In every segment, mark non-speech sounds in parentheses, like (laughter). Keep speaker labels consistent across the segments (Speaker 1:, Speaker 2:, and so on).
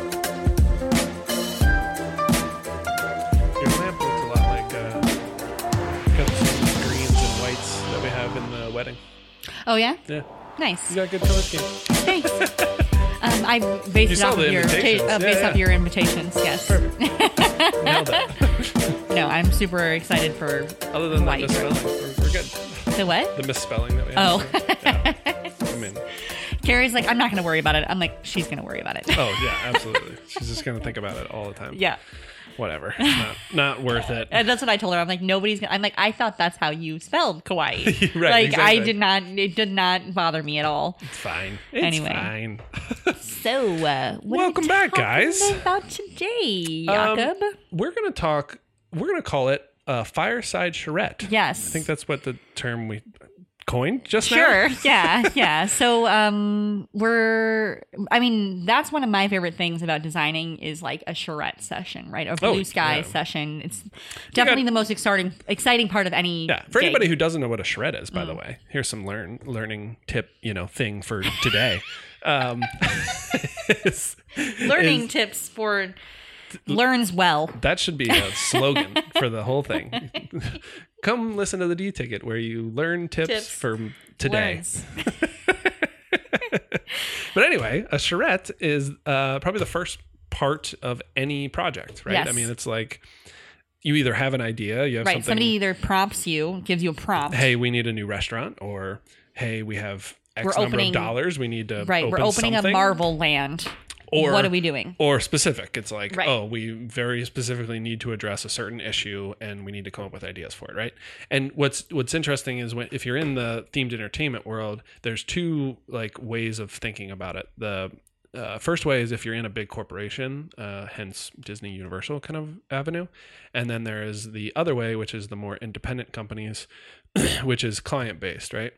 Speaker 1: uh,
Speaker 2: Oh yeah,
Speaker 1: Yeah. You
Speaker 2: nice.
Speaker 1: got good color scheme. (laughs)
Speaker 2: Thanks. um, I based
Speaker 1: You
Speaker 2: it
Speaker 1: saw
Speaker 2: off
Speaker 1: the
Speaker 2: of your
Speaker 1: invitations.
Speaker 2: uh,
Speaker 1: Yeah,
Speaker 2: based off
Speaker 1: yeah.
Speaker 2: your invitations. Yes. (laughs)
Speaker 1: Nailed it.
Speaker 2: No, I'm super excited for
Speaker 1: Other than
Speaker 2: White.
Speaker 1: the misspelling, we're, we're good.
Speaker 2: the what?
Speaker 1: The misspelling that we had.
Speaker 2: Oh,
Speaker 1: I mean,
Speaker 2: Carrie's like, I'm not going to worry about it. I'm like, she's going to worry about it.
Speaker 1: oh, yeah, absolutely. She's just going to think about it all the time.
Speaker 2: (laughs) yeah.
Speaker 1: Whatever. Not, not worth it.
Speaker 2: And that's what I told her. I'm like, nobody's gonna. I'm like, I thought that's how you spelled kawaii.
Speaker 1: (laughs) Right,
Speaker 2: like, I
Speaker 1: exactly.
Speaker 2: did not. It did not bother me at all.
Speaker 1: It's fine. It's
Speaker 2: Anyway.
Speaker 1: fine.
Speaker 2: So, uh, what are
Speaker 1: Welcome
Speaker 2: we
Speaker 1: back,
Speaker 2: talking
Speaker 1: guys.
Speaker 2: About today,
Speaker 1: Um,
Speaker 2: Jakob.
Speaker 1: We're going to talk, we're going to call it a fireside charrette.
Speaker 2: yes.
Speaker 1: I think that's what the term we coined just now.
Speaker 2: Sure.
Speaker 1: (laughs)
Speaker 2: yeah. Yeah. So, um, we're, I mean, that's one of my favorite things about designing is like a charrette session, right? A
Speaker 1: Oh,
Speaker 2: blue sky
Speaker 1: yeah.
Speaker 2: session. It's definitely the most exciting, exciting part of any.
Speaker 1: Yeah. (laughs) For
Speaker 2: gig.
Speaker 1: anybody who doesn't know what a shred is,
Speaker 2: Mm.
Speaker 1: by the way, here's some learn learning tip, you know, thing for
Speaker 2: (laughs)
Speaker 1: today. um, (laughs) is-
Speaker 2: learning
Speaker 1: is-
Speaker 2: tips for learns well.
Speaker 1: that should be a slogan for the whole thing.
Speaker 2: (laughs)
Speaker 1: Come listen to the D ticket where you learn tips,
Speaker 2: Tips.
Speaker 1: for today.
Speaker 2: Learns.
Speaker 1: But anyway, a charrette is uh, probably the first part of any project, right?
Speaker 2: Yes.
Speaker 1: I mean, it's like you either have an idea, you have
Speaker 2: Right.
Speaker 1: something.
Speaker 2: Somebody either prompts you, gives you a prompt.
Speaker 1: hey, we need a new restaurant, or hey, we have X
Speaker 2: We're
Speaker 1: number
Speaker 2: opening-
Speaker 1: of dollars, we need to
Speaker 2: right.
Speaker 1: Open
Speaker 2: we're opening
Speaker 1: something.
Speaker 2: a Marvel land.
Speaker 1: Or
Speaker 2: what are we doing?
Speaker 1: Or specific. It's like,
Speaker 2: Right.
Speaker 1: oh, we very specifically need to address a certain issue, and we need to come up with ideas for it, right? And what's what's interesting is when if you're in the themed entertainment world, there's two like ways of thinking about it. The uh, first way is if you're in a big corporation, uh, hence Disney Universal kind of avenue. And then there is the other way, which is the more independent companies, (clears throat) which is client based, right?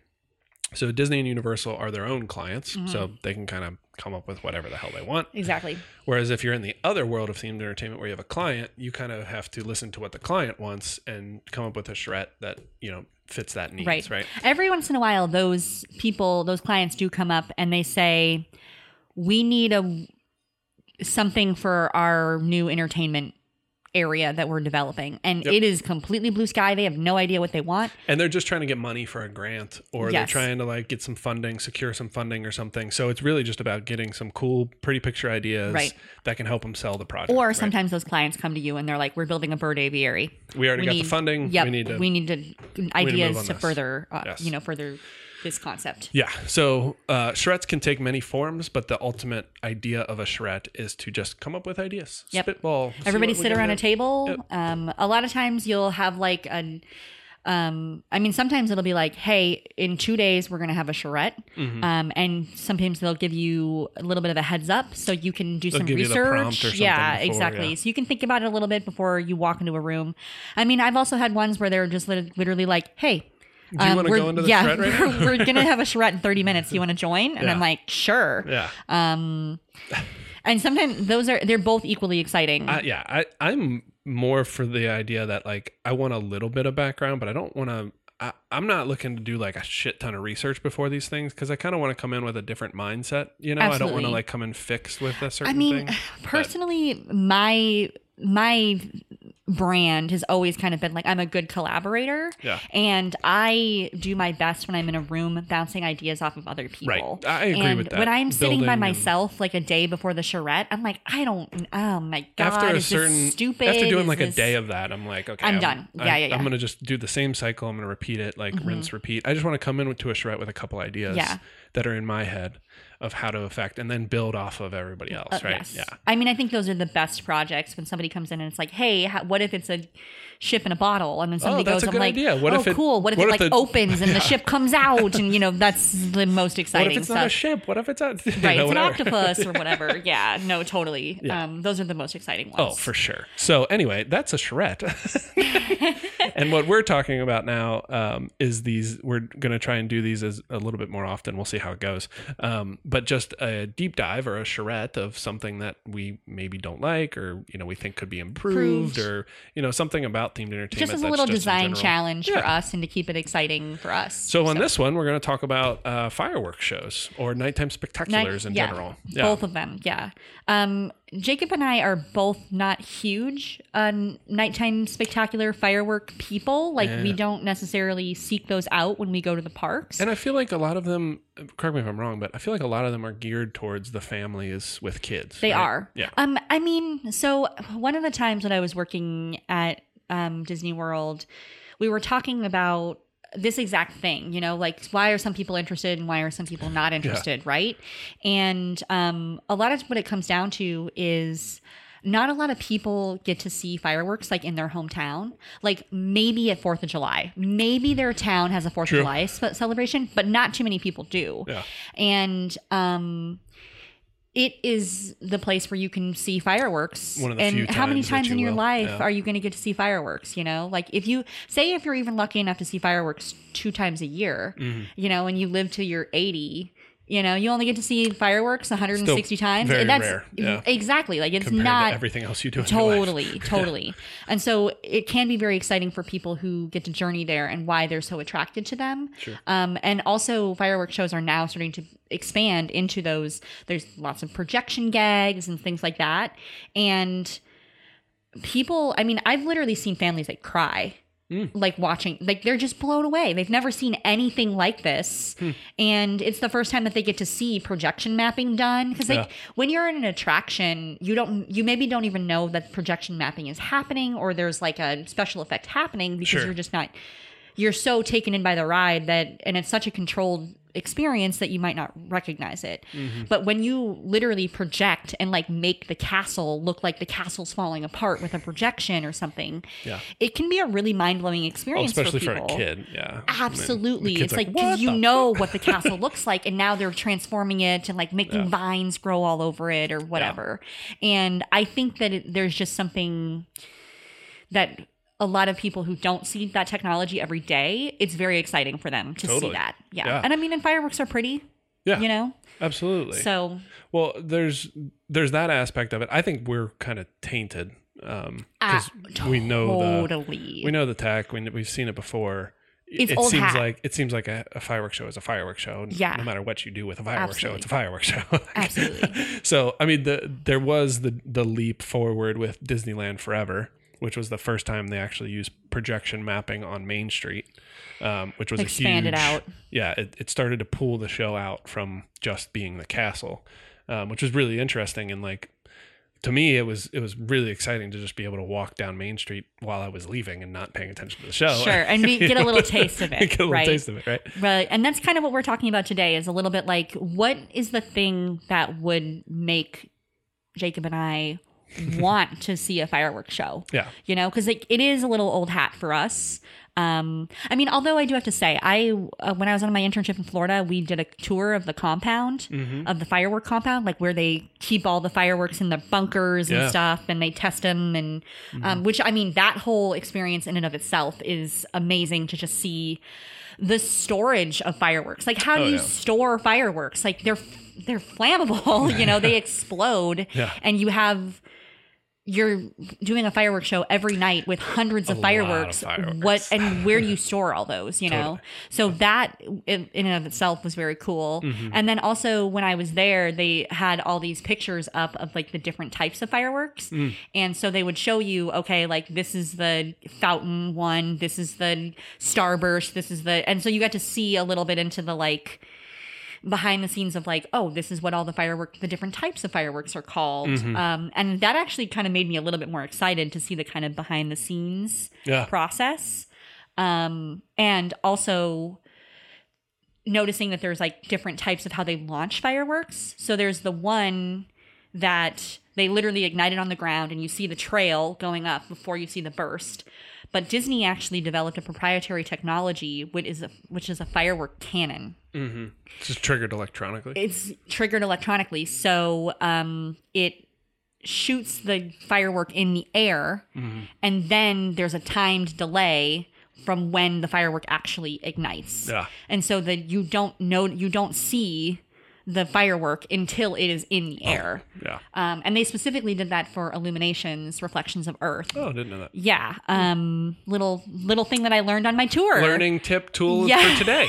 Speaker 1: So Disney and Universal are their own clients, so they can kind of come up with whatever the hell they want.
Speaker 2: Exactly.
Speaker 1: Whereas if you're in the other world of themed entertainment where you have a client, you kind of have to listen to what the client wants and come up with a charrette that, you know, fits that needs, right?
Speaker 2: Right. Every once in a while, those people, those clients do come up and they say, "We need a something for our new entertainment." area that we're developing and
Speaker 1: Yep.
Speaker 2: it is completely blue sky they have no idea what they want
Speaker 1: And they're just trying to get money for a grant or they're
Speaker 2: Yes.
Speaker 1: trying to like get some funding, secure some funding or something. So it's really just about getting some cool, pretty picture ideas
Speaker 2: Right.
Speaker 1: that can help them sell the project.
Speaker 2: or
Speaker 1: right?
Speaker 2: sometimes those clients come to you and they're like we're building a bird aviary
Speaker 1: we already
Speaker 2: we
Speaker 1: got
Speaker 2: need-
Speaker 1: the funding.
Speaker 2: yep
Speaker 1: we need to
Speaker 2: we need to
Speaker 1: move
Speaker 2: ideas
Speaker 1: on
Speaker 2: to
Speaker 1: this.
Speaker 2: further uh,
Speaker 1: Yes.
Speaker 2: you know further this concept
Speaker 1: Yeah. So uh, charrettes can take many forms, but the ultimate idea of a charrette is to just come up with ideas.
Speaker 2: Yep.
Speaker 1: Spitball. see
Speaker 2: everybody
Speaker 1: what we
Speaker 2: sit
Speaker 1: can
Speaker 2: around
Speaker 1: do.
Speaker 2: a table um, a lot of times you'll have like an um, i mean sometimes it'll be like hey in two days we're going to have a charrette
Speaker 1: Mm-hmm.
Speaker 2: um, and sometimes they'll give you a little bit of a heads up so you can do some
Speaker 1: give you the
Speaker 2: research
Speaker 1: prompt or something
Speaker 2: yeah
Speaker 1: before,
Speaker 2: exactly
Speaker 1: yeah.
Speaker 2: so you can think about it a little bit before you walk into a room i mean i've also had ones where they're just lit- literally like hey um,
Speaker 1: Do you wanna
Speaker 2: we're-
Speaker 1: go into the
Speaker 2: yeah,
Speaker 1: charrette right
Speaker 2: we're, (laughs) we're gonna have a charrette in 30 minutes. You want to join? And
Speaker 1: Yeah.
Speaker 2: I'm like, sure.
Speaker 1: Yeah.
Speaker 2: And sometimes those are they're both equally exciting.
Speaker 1: I, yeah, I, I'm more for the idea that like I want a little bit of background, but I don't want to. I, I'm not looking to do like a shit ton of research before these things because I kind of want to come in with a different mindset. You know, I don't want to
Speaker 2: Absolutely.
Speaker 1: like come in fixed with a certain
Speaker 2: I mean,
Speaker 1: thing.
Speaker 2: personally, my my brand has always kind of been like I'm a good collaborator.
Speaker 1: Yeah.
Speaker 2: And I do my best when I'm in a room bouncing ideas off of other people.
Speaker 1: Right. I agree
Speaker 2: and
Speaker 1: with that.
Speaker 2: When I'm sitting
Speaker 1: Building
Speaker 2: by
Speaker 1: and-
Speaker 2: myself like a day before the charrette, I'm like, I don't oh my (sighs) god.
Speaker 1: after a
Speaker 2: is this
Speaker 1: certain
Speaker 2: stupid
Speaker 1: after doing
Speaker 2: Is
Speaker 1: like
Speaker 2: this-
Speaker 1: a day of that i'm like okay
Speaker 2: I'm done. Yeah,
Speaker 1: I'm-
Speaker 2: yeah, yeah. Mm-hmm.
Speaker 1: i'm gonna just do the same cycle i'm gonna repeat it like rinse repeat i just want to come in with- to a charrette with a couple ideas
Speaker 2: Yeah.
Speaker 1: that are in my head of how to affect and then build off of everybody else right
Speaker 2: uh, Yes.
Speaker 1: yeah
Speaker 2: I mean, I think those are the best projects when somebody comes in and it's like, hey, how, what if it's a ship in a bottle? And then somebody
Speaker 1: that's
Speaker 2: goes,
Speaker 1: a
Speaker 2: I'm
Speaker 1: good
Speaker 2: like,
Speaker 1: idea. What
Speaker 2: oh,
Speaker 1: if it- (laughs)
Speaker 2: cool. What if
Speaker 1: what
Speaker 2: it
Speaker 1: if
Speaker 2: like
Speaker 1: the-
Speaker 2: opens and the ship comes out? And, you know, that's the most
Speaker 1: what
Speaker 2: exciting
Speaker 1: if it's
Speaker 2: stuff.
Speaker 1: not a (laughs) ship what if it's not you
Speaker 2: right.
Speaker 1: know,
Speaker 2: it's an
Speaker 1: whatever.
Speaker 2: octopus
Speaker 1: (laughs)
Speaker 2: or whatever. yeah. No, totally. Um, those are the most exciting ones.
Speaker 1: Oh, for sure. So anyway, that's a charrette. (laughs) and what we're talking about now um, is these. We're going to try and do these as a little bit more often. We'll see how it goes. Um, but just a deep dive or a charrette of something that we maybe don't like, or you know, we think could be improved,
Speaker 2: Improved.
Speaker 1: or or you know something about themed entertainment.
Speaker 2: Just as a
Speaker 1: that's
Speaker 2: little
Speaker 1: in
Speaker 2: design
Speaker 1: general.
Speaker 2: challenge for
Speaker 1: Yeah.
Speaker 2: us and to keep it exciting for us.
Speaker 1: So on this one, we're going to talk about uh, fireworks shows or nighttime spectaculars
Speaker 2: Night-
Speaker 1: in
Speaker 2: yeah,
Speaker 1: general. Yeah.
Speaker 2: Both of them, yeah. Um, Jacob and I are both not huge uh, nighttime spectacular firework people. Like we
Speaker 1: Yeah.
Speaker 2: don't necessarily seek those out when we go to the parks.
Speaker 1: And I feel like a lot of them. Correct me if I'm wrong, but I feel like a lot of them are geared towards the families with kids.
Speaker 2: They
Speaker 1: right?
Speaker 2: are.
Speaker 1: Yeah.
Speaker 2: Um, I mean, so one of the times when I was working at um, Disney World, we were talking about this exact thing, you know, like why are some people interested and why are some people not interested, right? And um, a lot of what it comes down to is not a lot of people get to see fireworks like in their hometown. Like maybe at 4th of July. Maybe their town has a 4th
Speaker 1: True.
Speaker 2: of July ce- celebration, but not too many people do.
Speaker 1: Yeah.
Speaker 2: And um it is the place where you can see fireworks.
Speaker 1: One of the
Speaker 2: and
Speaker 1: few
Speaker 2: how many
Speaker 1: times that
Speaker 2: times in
Speaker 1: you
Speaker 2: your
Speaker 1: will,
Speaker 2: life
Speaker 1: yeah.
Speaker 2: are you going to get to see fireworks? You know, like if you say if you're even lucky enough to see fireworks two times a year,
Speaker 1: Mm-hmm.
Speaker 2: you know, and you live till you're 80, you know, you only get to see fireworks 160
Speaker 1: Still
Speaker 2: times.
Speaker 1: very
Speaker 2: And that's
Speaker 1: rare, yeah.
Speaker 2: exactly like it's
Speaker 1: Compared
Speaker 2: not
Speaker 1: to everything else you do. In your life. (laughs)
Speaker 2: totally totally and so it can be very exciting for people who get to journey there and why they're so attracted to them
Speaker 1: Sure.
Speaker 2: um, and also fireworks shows are now starting to expand into those there's lots of projection gags and things like that and people i mean i've literally seen families that cry
Speaker 1: Mm.
Speaker 2: like watching like they're just blown away they've never seen anything like this
Speaker 1: Hmm.
Speaker 2: and it's the first time that they get to see projection mapping done because like
Speaker 1: Yeah.
Speaker 2: when you're in an attraction you don't you maybe don't even know that projection mapping is happening or there's like a special effect happening because
Speaker 1: Sure.
Speaker 2: you're just not you're so taken in by the ride that and it's such a controlled experience that you might not recognize it
Speaker 1: Mm-hmm.
Speaker 2: but when you literally project and like make the castle look like the castle's falling apart with a projection or something
Speaker 1: Yeah.
Speaker 2: it can be a really mind-blowing experience
Speaker 1: Oh, especially
Speaker 2: for,
Speaker 1: for,
Speaker 2: people. Ah,
Speaker 1: a kid. Yeah.
Speaker 2: absolutely
Speaker 1: kid's
Speaker 2: it's like
Speaker 1: like,
Speaker 2: because
Speaker 1: "What
Speaker 2: you
Speaker 1: the (laughs)
Speaker 2: know what the castle looks like and now they're transforming it and like making
Speaker 1: Yeah.
Speaker 2: vines grow all over it or whatever and i think that it, there's just something that a lot of people who don't see that technology every day it's very exciting for them to see
Speaker 1: Totally.
Speaker 2: that yeah.
Speaker 1: Yeah.
Speaker 2: and i mean and fireworks are pretty
Speaker 1: Yeah.
Speaker 2: you know
Speaker 1: Absolutely.
Speaker 2: so
Speaker 1: well, there's there's that aspect of it. I think we're kind of tainted um,
Speaker 2: uh,
Speaker 1: we know the
Speaker 2: totally
Speaker 1: uh, we know the tech. We, we've seen it before.
Speaker 2: It's
Speaker 1: it
Speaker 2: old
Speaker 1: seems
Speaker 2: hat.
Speaker 1: like it seems like a, a fireworks show is a fireworks show. and
Speaker 2: Yeah.
Speaker 1: No matter what you do with a fireworks show, it's
Speaker 2: Absolutely.
Speaker 1: a fireworks show. (laughs) Like,
Speaker 2: Absolutely.
Speaker 1: (laughs) so I mean, the there was the the leap forward with Disneyland Forever, which was the first time they actually used projection mapping on Main Street, um, which was
Speaker 2: Expand
Speaker 1: a
Speaker 2: it
Speaker 1: huge,
Speaker 2: out.
Speaker 1: Yeah, it, it started to pull the show out from just being the castle, um, which was really interesting and like to me it was it was really exciting to just be able to walk down Main Street while I was leaving and not paying attention to the show. (laughs)
Speaker 2: Sure, and be- get a little taste of it,
Speaker 1: Get a little
Speaker 2: right?
Speaker 1: taste of it, right?
Speaker 2: Right. And that's kind of what we're talking about today is a little bit like what is the thing that would make Jacob and I want to see a fireworks show?
Speaker 1: Yeah.
Speaker 2: You know, because it, it is a little old hat for us. Um, I mean, although I do have to say, I uh, when I was on my internship in Florida, we did a tour of the compound
Speaker 1: Mm-hmm.
Speaker 2: of the firework compound, like where they keep all the fireworks in the bunkers and
Speaker 1: Yeah. Mm-hmm.
Speaker 2: stuff, and they test them, and um, which I mean, that whole experience in and of itself is amazing to just see the storage of fireworks. Like, how do
Speaker 1: Oh,
Speaker 2: you
Speaker 1: yeah.
Speaker 2: store fireworks? Like they're they're flammable, (laughs) you
Speaker 1: (laughs)
Speaker 2: know, they explode,
Speaker 1: Yeah.
Speaker 2: and you have you're doing a fireworks show every night with hundreds
Speaker 1: lot
Speaker 2: of
Speaker 1: of
Speaker 2: fireworks.
Speaker 1: fireworks.
Speaker 2: What and where do you store all those? You know,
Speaker 1: Totally.
Speaker 2: so that in, in and of itself was very cool.
Speaker 1: Mm-hmm.
Speaker 2: And then also when I was there, they had all these pictures up of like the different types of fireworks,
Speaker 1: Mm.
Speaker 2: and so they would show you, okay, like this is the fountain one, this is the starburst, this is the, and so you got to see a little bit into the like behind the scenes of like, oh, this is what all the firework, the different types of fireworks are called. Um, and that actually kind of made me a little bit more excited to see the kind of behind the scenes
Speaker 1: Yeah.
Speaker 2: process. Um, and also noticing that there's like different types of how they launch fireworks. So there's the one that they literally ignite it on the ground and you see the trail going up before you see the burst. But Disney actually developed a proprietary technology, which is a, which is a firework cannon
Speaker 1: It's just triggered electronically.
Speaker 2: it's triggered electronically so um it shoots the firework in the air
Speaker 1: Mm-hmm.
Speaker 2: and then there's a timed delay from when the firework actually ignites
Speaker 1: Yeah.
Speaker 2: and so that you don't know you don't see the firework until it is in
Speaker 1: Oh.
Speaker 2: the air.
Speaker 1: Yeah.
Speaker 2: Um, and they specifically did that for illuminations, reflections of Earth.
Speaker 1: Oh, I didn't know that.
Speaker 2: Yeah, um, little little thing that I learned on my tour.
Speaker 1: Learning tip tool
Speaker 2: Yeah.
Speaker 1: for
Speaker 2: (laughs)
Speaker 1: today.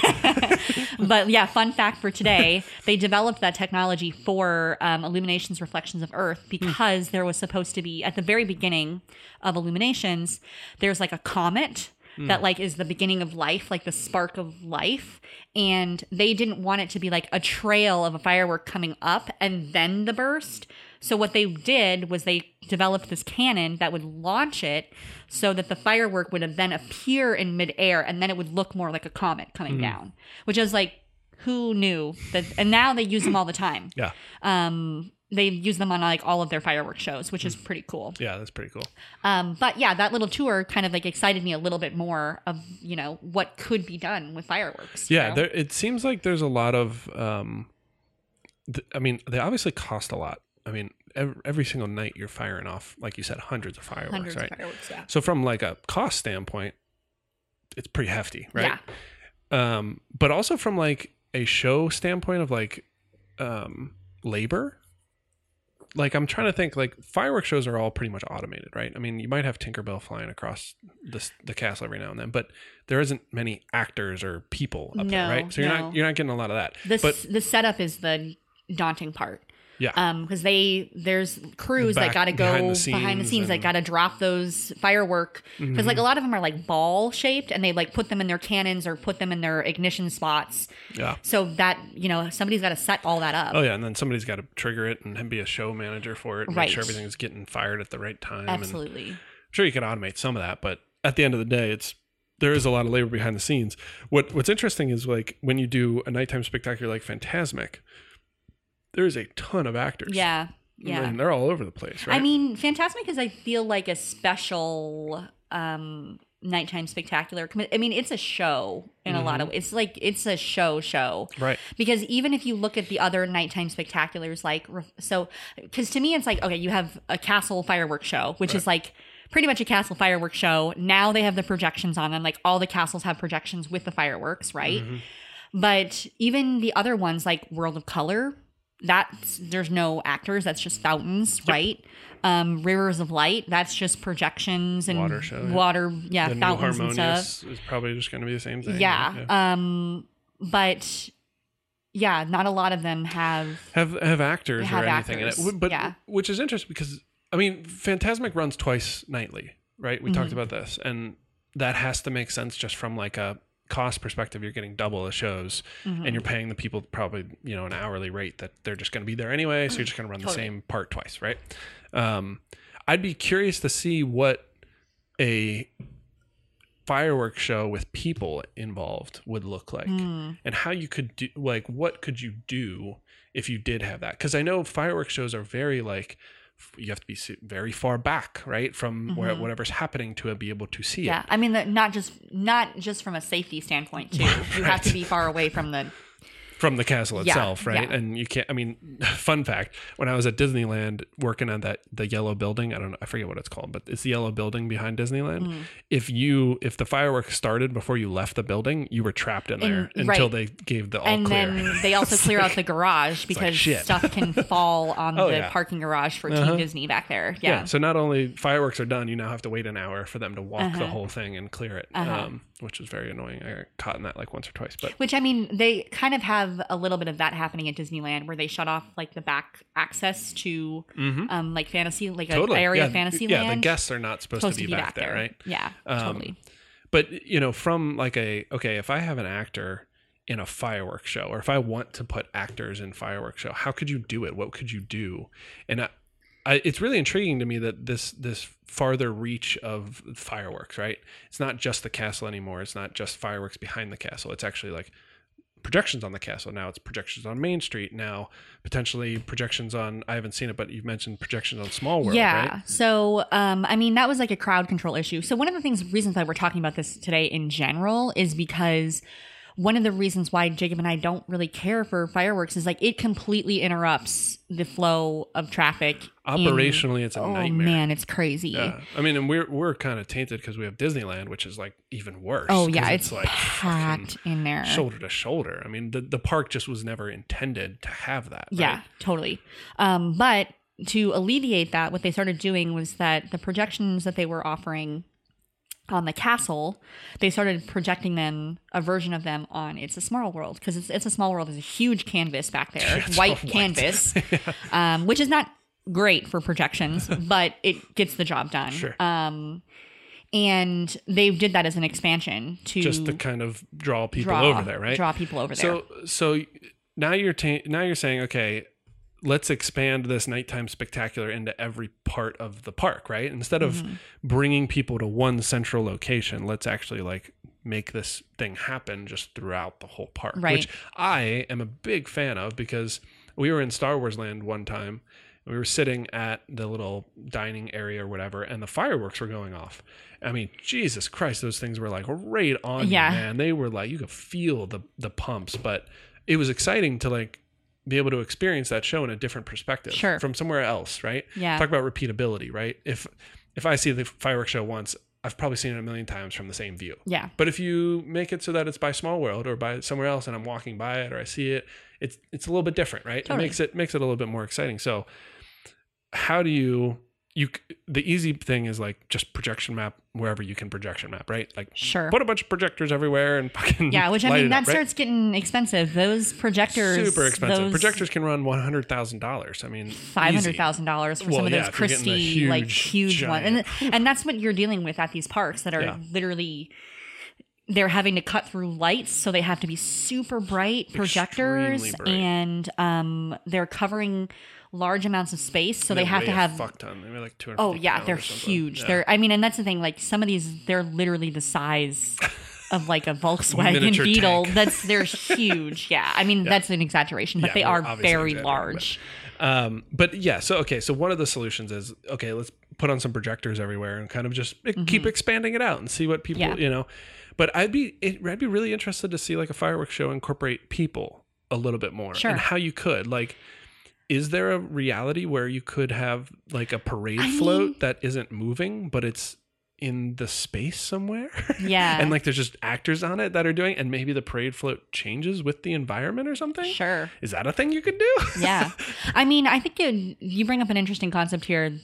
Speaker 2: but yeah, fun fact for today, (laughs) they developed that technology for um, illuminations, reflections of Earth because there was supposed to be at the very beginning of illuminations, there's like a comet that like is the beginning of life, like the spark of life, and they didn't want it to be like a trail of a firework coming up and then the burst. So what they did was they developed this cannon that would launch it so that the firework would have then appear in midair and then it would look more like a comet coming
Speaker 1: Mm.
Speaker 2: down. Which is like who knew that and now they use them all the time.
Speaker 1: yeah.
Speaker 2: Um they use them on like all of their fireworks shows, which is pretty cool.
Speaker 1: Yeah, that's pretty cool.
Speaker 2: Um, but yeah, that little tour kind of like excited me a little bit more of you know what could be done with fireworks. you
Speaker 1: Yeah,
Speaker 2: know?
Speaker 1: there, it seems like there's a lot of. Um, th- I mean, they obviously cost a lot. I mean, every, every single night you're firing off, like you said, hundreds of fireworks,
Speaker 2: hundreds
Speaker 1: right?
Speaker 2: of fireworks. Yeah,
Speaker 1: So from like a cost standpoint, it's pretty hefty,
Speaker 2: yeah,
Speaker 1: right? Um, but also from like a show standpoint of like um, labor. Like I'm trying to think, like fireworks shows are all pretty much automated, right? I mean, you might have Tinkerbell flying across the s- the castle every now and then, but there isn't many actors or people up there,
Speaker 2: No,
Speaker 1: right? So you're
Speaker 2: no.
Speaker 1: not you're not getting a lot of that.
Speaker 2: This
Speaker 1: but
Speaker 2: the setup is the daunting part.
Speaker 1: Yeah.
Speaker 2: Um, because they there's crews
Speaker 1: Back-
Speaker 2: that got to go
Speaker 1: behind
Speaker 2: behind
Speaker 1: the scenes
Speaker 2: the scenes,
Speaker 1: and-
Speaker 2: that got to drop those firework because like a lot of them are like ball shaped and they like put them in their cannons or put them in their ignition spots.
Speaker 1: yeah.
Speaker 2: So that you know somebody's got to set all that up.
Speaker 1: Oh yeah, and then somebody's got to trigger it and be a show manager for it, and
Speaker 2: Right.
Speaker 1: make sure everything's getting fired at the right time. And
Speaker 2: Absolutely.
Speaker 1: sure you can automate some of that, but at the end of the day, it's there is a lot of labor behind the scenes. What what's interesting is like when you do a nighttime spectacular like Phantasmic, there is a ton of actors.
Speaker 2: yeah. Yeah.
Speaker 1: And they're all over the place, right?
Speaker 2: I mean, Fantasmic is I feel like a special um nighttime spectacular. commi- I mean, it's a show in a lot
Speaker 1: Mm-hmm.
Speaker 2: of it's like it's a show show.
Speaker 1: right.
Speaker 2: Because even if you look at the other nighttime spectaculars, like re- so, because to me it's like okay, you have a castle fireworks show, which is like pretty much a castle fireworks show. Now they have the projections on them, like all the castles have projections with the fireworks, right?
Speaker 1: Mm-hmm.
Speaker 2: But even the other ones, like World of Color, that's there's no actors. That's just fountains, right? Um, Rivers of Light, that's just projections and
Speaker 1: Water show, yeah.
Speaker 2: water, yeah,
Speaker 1: The new
Speaker 2: fountains and stuff
Speaker 1: harmonious is probably just going to be the same thing.
Speaker 2: yeah, Um, but yeah, not a lot of them have.
Speaker 1: have have actors
Speaker 2: Have
Speaker 1: or anything in
Speaker 2: actors,
Speaker 1: it. W- But
Speaker 2: yeah.
Speaker 1: which is interesting because I mean, Phantasmic runs twice nightly, right? We
Speaker 2: Mm-hmm.
Speaker 1: talked about this, and that has to make sense just from like a cost perspective. You're getting double the shows,
Speaker 2: Mm-hmm.
Speaker 1: and you're paying the people probably you know an hourly rate that they're just going to be there anyway. So you're just going to run the
Speaker 2: Totally.
Speaker 1: same part twice, right? Um, I'd be curious to see what a fireworks show with people involved would look like
Speaker 2: Hmm.
Speaker 1: and how you could do like what could you do if you did have that because i know fireworks shows are very like f- you have to be se- very far back right from where whatever's happening to be able to see
Speaker 2: Mm-hmm. Yeah,
Speaker 1: it
Speaker 2: I mean, the, not just not just from a safety
Speaker 1: (laughs)
Speaker 2: standpoint too. You have to be far away from the.
Speaker 1: from the castle
Speaker 2: Yeah,
Speaker 1: itself right
Speaker 2: yeah.
Speaker 1: and you can't i mean (laughs) fun fact when i was at disneyland working on that the yellow building i don't know i forget what it's called but it's the yellow building behind disneyland
Speaker 2: Mm-hmm.
Speaker 1: if you if the fireworks started before you left the building you were trapped in there
Speaker 2: In-
Speaker 1: until they
Speaker 2: right.
Speaker 1: gave the all
Speaker 2: And
Speaker 1: clear
Speaker 2: then
Speaker 1: (laughs)
Speaker 2: they also clear out the garage because
Speaker 1: shit.
Speaker 2: stuff
Speaker 1: (laughs)
Speaker 2: can fall on
Speaker 1: Oh,
Speaker 2: the
Speaker 1: yeah. Uh-huh.
Speaker 2: parking garage for Team Disney back there.
Speaker 1: Yeah.
Speaker 2: Yeah.
Speaker 1: So not only fireworks are done, you now have to wait an hour for them to walk the whole thing and clear it, um, which is very annoying. I got caught in that like once or twice, but
Speaker 2: Which I mean, they kind of have a little bit of that happening at Disneyland, where they shut off like the back access to, um, like fantasy, like an
Speaker 1: mm-hmm. totally
Speaker 2: area
Speaker 1: yeah,
Speaker 2: of fantasy
Speaker 1: Yeah, the
Speaker 2: land.
Speaker 1: guests are not supposed,
Speaker 2: supposed
Speaker 1: to be, back, there, right? Um,
Speaker 2: Yeah, totally.
Speaker 1: But you know, from like a okay, if I have an actor in a fireworks show, or if I want to put actors in fireworks show, how could you do it? What could you do? And I, I, it's really intriguing to me that this this farther reach of fireworks, right? It's not just the castle anymore. It's not just fireworks behind the castle. It's actually like projections on the castle now it's projections on main street now potentially projections on i haven't seen it but you've mentioned projections on small world
Speaker 2: yeah.
Speaker 1: right
Speaker 2: So, um, I mean, that was like a crowd control issue. So, one of the things, reasons why we're talking about this today in general is because one of the reasons why Jacob and I don't really care for fireworks is like it completely interrupts the flow of traffic. in-
Speaker 1: Operationally, it's a
Speaker 2: oh
Speaker 1: nightmare.
Speaker 2: man, it's crazy.
Speaker 1: Yeah. I mean, and we're we're kind of tainted because we have Disneyland, which is like even worse.
Speaker 2: Oh
Speaker 1: 'cause
Speaker 2: yeah, it's,
Speaker 1: like fucking
Speaker 2: packed in there.
Speaker 1: shoulder to shoulder. I mean, the the park just was never intended to have that.
Speaker 2: Yeah,
Speaker 1: right?
Speaker 2: totally. Um, but to alleviate that, what they started doing was that the projections that they were offering on the castle, they started projecting them a version of them on It's a Small World because it's, it's a Small World is a huge canvas
Speaker 1: (laughs)
Speaker 2: back there,
Speaker 1: It's all
Speaker 2: white
Speaker 1: white. (laughs)
Speaker 2: canvas, um, which is not great for projections, but it gets the job done.
Speaker 1: Sure.
Speaker 2: Um, and they did that as an expansion to
Speaker 1: just to kind of draw people
Speaker 2: draw,
Speaker 1: over there, right?
Speaker 2: Draw people over there.
Speaker 1: so so now you're ta- now you're saying okay, let's expand this nighttime spectacular into every part of the park, right? Instead of
Speaker 2: Mm-hmm.
Speaker 1: bringing people to one central location, let's actually like make this thing happen just throughout the whole park,
Speaker 2: Right.
Speaker 1: which I am a big fan of because we were in Star Wars Land one time. We were sitting at the little dining area or whatever, and the fireworks were going off. I mean, Jesus Christ, those things were like right on
Speaker 2: Yeah.
Speaker 1: you, man. They were like you could feel the the pumps, but it was exciting to like be able to experience that show in a different perspective
Speaker 2: Sure.
Speaker 1: from somewhere else, right?
Speaker 2: Yeah.
Speaker 1: Talk about repeatability, right? If if I see the fireworks show once, I've probably seen it a million times from the same view.
Speaker 2: yeah.
Speaker 1: But if you make it so that it's by Small World or by somewhere else, and I'm walking by it or I see it, it's it's a little bit different, right?
Speaker 2: Totally.
Speaker 1: It makes it makes it a little bit more exciting. So, how do you you c- the easy thing is like just projection map wherever you can projection map, right? Like
Speaker 2: Sure.
Speaker 1: put a bunch of projectors everywhere and fucking
Speaker 2: Yeah, which I
Speaker 1: light
Speaker 2: mean,
Speaker 1: it
Speaker 2: that
Speaker 1: up, right?
Speaker 2: starts getting expensive. Those projectors,
Speaker 1: super expensive.
Speaker 2: those
Speaker 1: projectors can run one hundred thousand dollars. I mean,
Speaker 2: five hundred
Speaker 1: easy.
Speaker 2: thousand dollars for
Speaker 1: Well,
Speaker 2: some of
Speaker 1: yeah,
Speaker 2: those
Speaker 1: if you're getting the
Speaker 2: Christie like
Speaker 1: huge,
Speaker 2: huge ones,
Speaker 1: giant-
Speaker 2: and and that's what you're dealing with at these parks that are
Speaker 1: Yeah.
Speaker 2: literally they're having to cut through lites, so they have to be super bright projectors,
Speaker 1: Extremely bright.
Speaker 2: and um, they're covering large amounts of space, so they, have
Speaker 1: weigh
Speaker 2: to
Speaker 1: a
Speaker 2: have.
Speaker 1: fuck ton. They weigh like two hundred.
Speaker 2: Oh yeah, they're huge. They're I mean, and that's the thing. Like some of these, they're literally the size of
Speaker 1: (laughs)
Speaker 2: like a Volkswagen
Speaker 1: Miniature
Speaker 2: Beetle.
Speaker 1: tank.
Speaker 2: That's they're huge. Yeah,
Speaker 1: (laughs)
Speaker 2: I mean that's an exaggeration, but
Speaker 1: Yeah,
Speaker 2: they
Speaker 1: well,
Speaker 2: are
Speaker 1: obviously
Speaker 2: very
Speaker 1: exaggerating, but-
Speaker 2: large.
Speaker 1: Um, but yeah, so okay, so one of the solutions is okay, let's put on some projectors everywhere and kind of just e- keep expanding it out and see what people,
Speaker 2: Mm-hmm. Yeah.
Speaker 1: you know. But I'd be it, I'd be really interested to see like a fireworks show incorporate people a little bit more
Speaker 2: Sure.
Speaker 1: and how you could like is there a reality where you could have like a parade
Speaker 2: I
Speaker 1: float
Speaker 2: mean-
Speaker 1: that isn't moving but it's in the space somewhere? (laughs)
Speaker 2: Yeah.
Speaker 1: and like there's just actors on it that are doing and maybe the parade float changes with the environment or something?
Speaker 2: Sure.
Speaker 1: Is that a thing you could do?
Speaker 2: Yeah. (laughs) I mean, I think you, you bring up an interesting concept here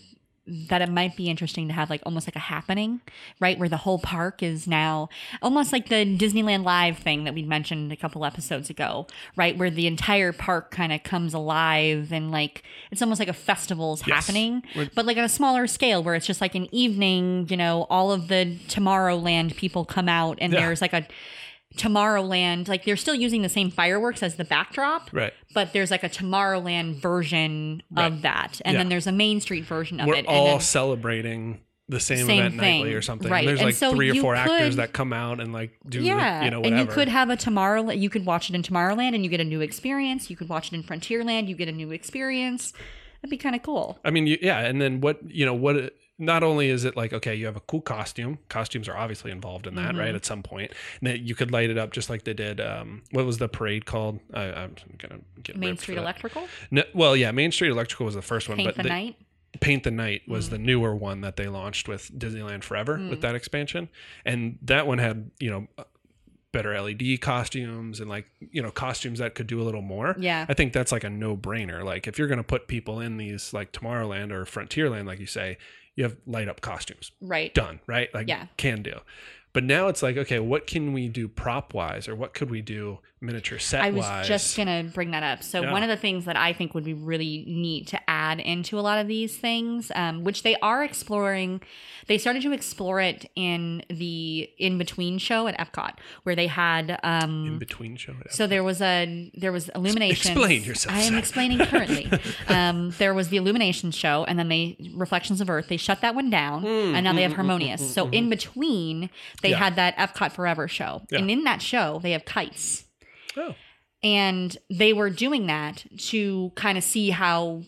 Speaker 2: that it might be interesting to have like almost like a happening, right? Where the whole park is now almost like the Disneyland Live thing that we mentioned a couple episodes ago, right? Where the entire park kind of comes alive and like it's almost like a festival's
Speaker 1: Yes.
Speaker 2: happening,
Speaker 1: We're-
Speaker 2: but like on a smaller scale where it's just like an evening, you know, all of the Tomorrowland people come out and
Speaker 1: Yeah.
Speaker 2: there's like a Tomorrowland, like they're still using the same fireworks as the backdrop,
Speaker 1: (laughs) Right.
Speaker 2: but there's like a Tomorrowland version of that, and
Speaker 1: Yeah.
Speaker 2: then there's a Main Street version of
Speaker 1: we're
Speaker 2: it.
Speaker 1: all
Speaker 2: and then,
Speaker 1: celebrating the same,
Speaker 2: Same
Speaker 1: event nightly
Speaker 2: thing,
Speaker 1: or something.
Speaker 2: right.
Speaker 1: And there's
Speaker 2: And
Speaker 1: like
Speaker 2: so
Speaker 1: three or
Speaker 2: you
Speaker 1: four actors
Speaker 2: could-
Speaker 1: that come out and like do
Speaker 2: yeah,
Speaker 1: you know
Speaker 2: and
Speaker 1: whatever.
Speaker 2: you could have a Tomorrowland. You could watch it in Tomorrowland, and you get a new experience. You could watch it in Frontierland, you get a new experience. That'd be kind of cool.
Speaker 1: I mean, you, yeah, and then what? You know what? Not only is it like okay, you have a cool costume. Costumes are obviously involved in that,
Speaker 2: Mm-hmm.
Speaker 1: right? At some point, and then you could light it up just like they did. Um, what was the parade called? I, I'm gonna get
Speaker 2: Main
Speaker 1: ripped for
Speaker 2: Street
Speaker 1: that.
Speaker 2: Electrical,
Speaker 1: No, well, yeah, Main Street Electrical was the first one,
Speaker 2: Paint
Speaker 1: but
Speaker 2: the
Speaker 1: they-
Speaker 2: Night.
Speaker 1: Paint the Night was
Speaker 2: Mm.
Speaker 1: the newer one that they launched with Disneyland Forever with that expansion. And that one had, you know, uh, better LED costumes and like, you know, costumes that could do a little more.
Speaker 2: Yeah.
Speaker 1: I think that's like a no brainer. Like, if you're going to put people in these like Tomorrowland or Frontierland, like you say, you have light up costumes.
Speaker 2: Right.
Speaker 1: Done, right? Like,
Speaker 2: Yeah.
Speaker 1: can do. But now it's like, okay, what can we do prop wise or what could we do miniature set
Speaker 2: I
Speaker 1: wise?
Speaker 2: was just gonna bring that up. So
Speaker 1: Yeah.
Speaker 2: one of the things that I think would be really neat to add into a lot of these things, um, which they are exploring, they started to explore it in the in between show at Epcot, where they had
Speaker 1: in
Speaker 2: um,
Speaker 1: between show.
Speaker 2: so there was a there was illumination.
Speaker 1: explain yourself,
Speaker 2: I am
Speaker 1: sir.
Speaker 2: explaining
Speaker 1: (laughs)
Speaker 2: currently. um, there was the illumination show, and then they reflections of Earth. They shut that one down,
Speaker 1: Hmm.
Speaker 2: and now they
Speaker 1: Mm-hmm,
Speaker 2: have harmonious. so in between, they
Speaker 1: Yeah.
Speaker 2: had that Epcot Forever show,
Speaker 1: Yeah.
Speaker 2: and in that show, they have kites
Speaker 1: oh, (laughs)
Speaker 2: and they were doing that to kind of see how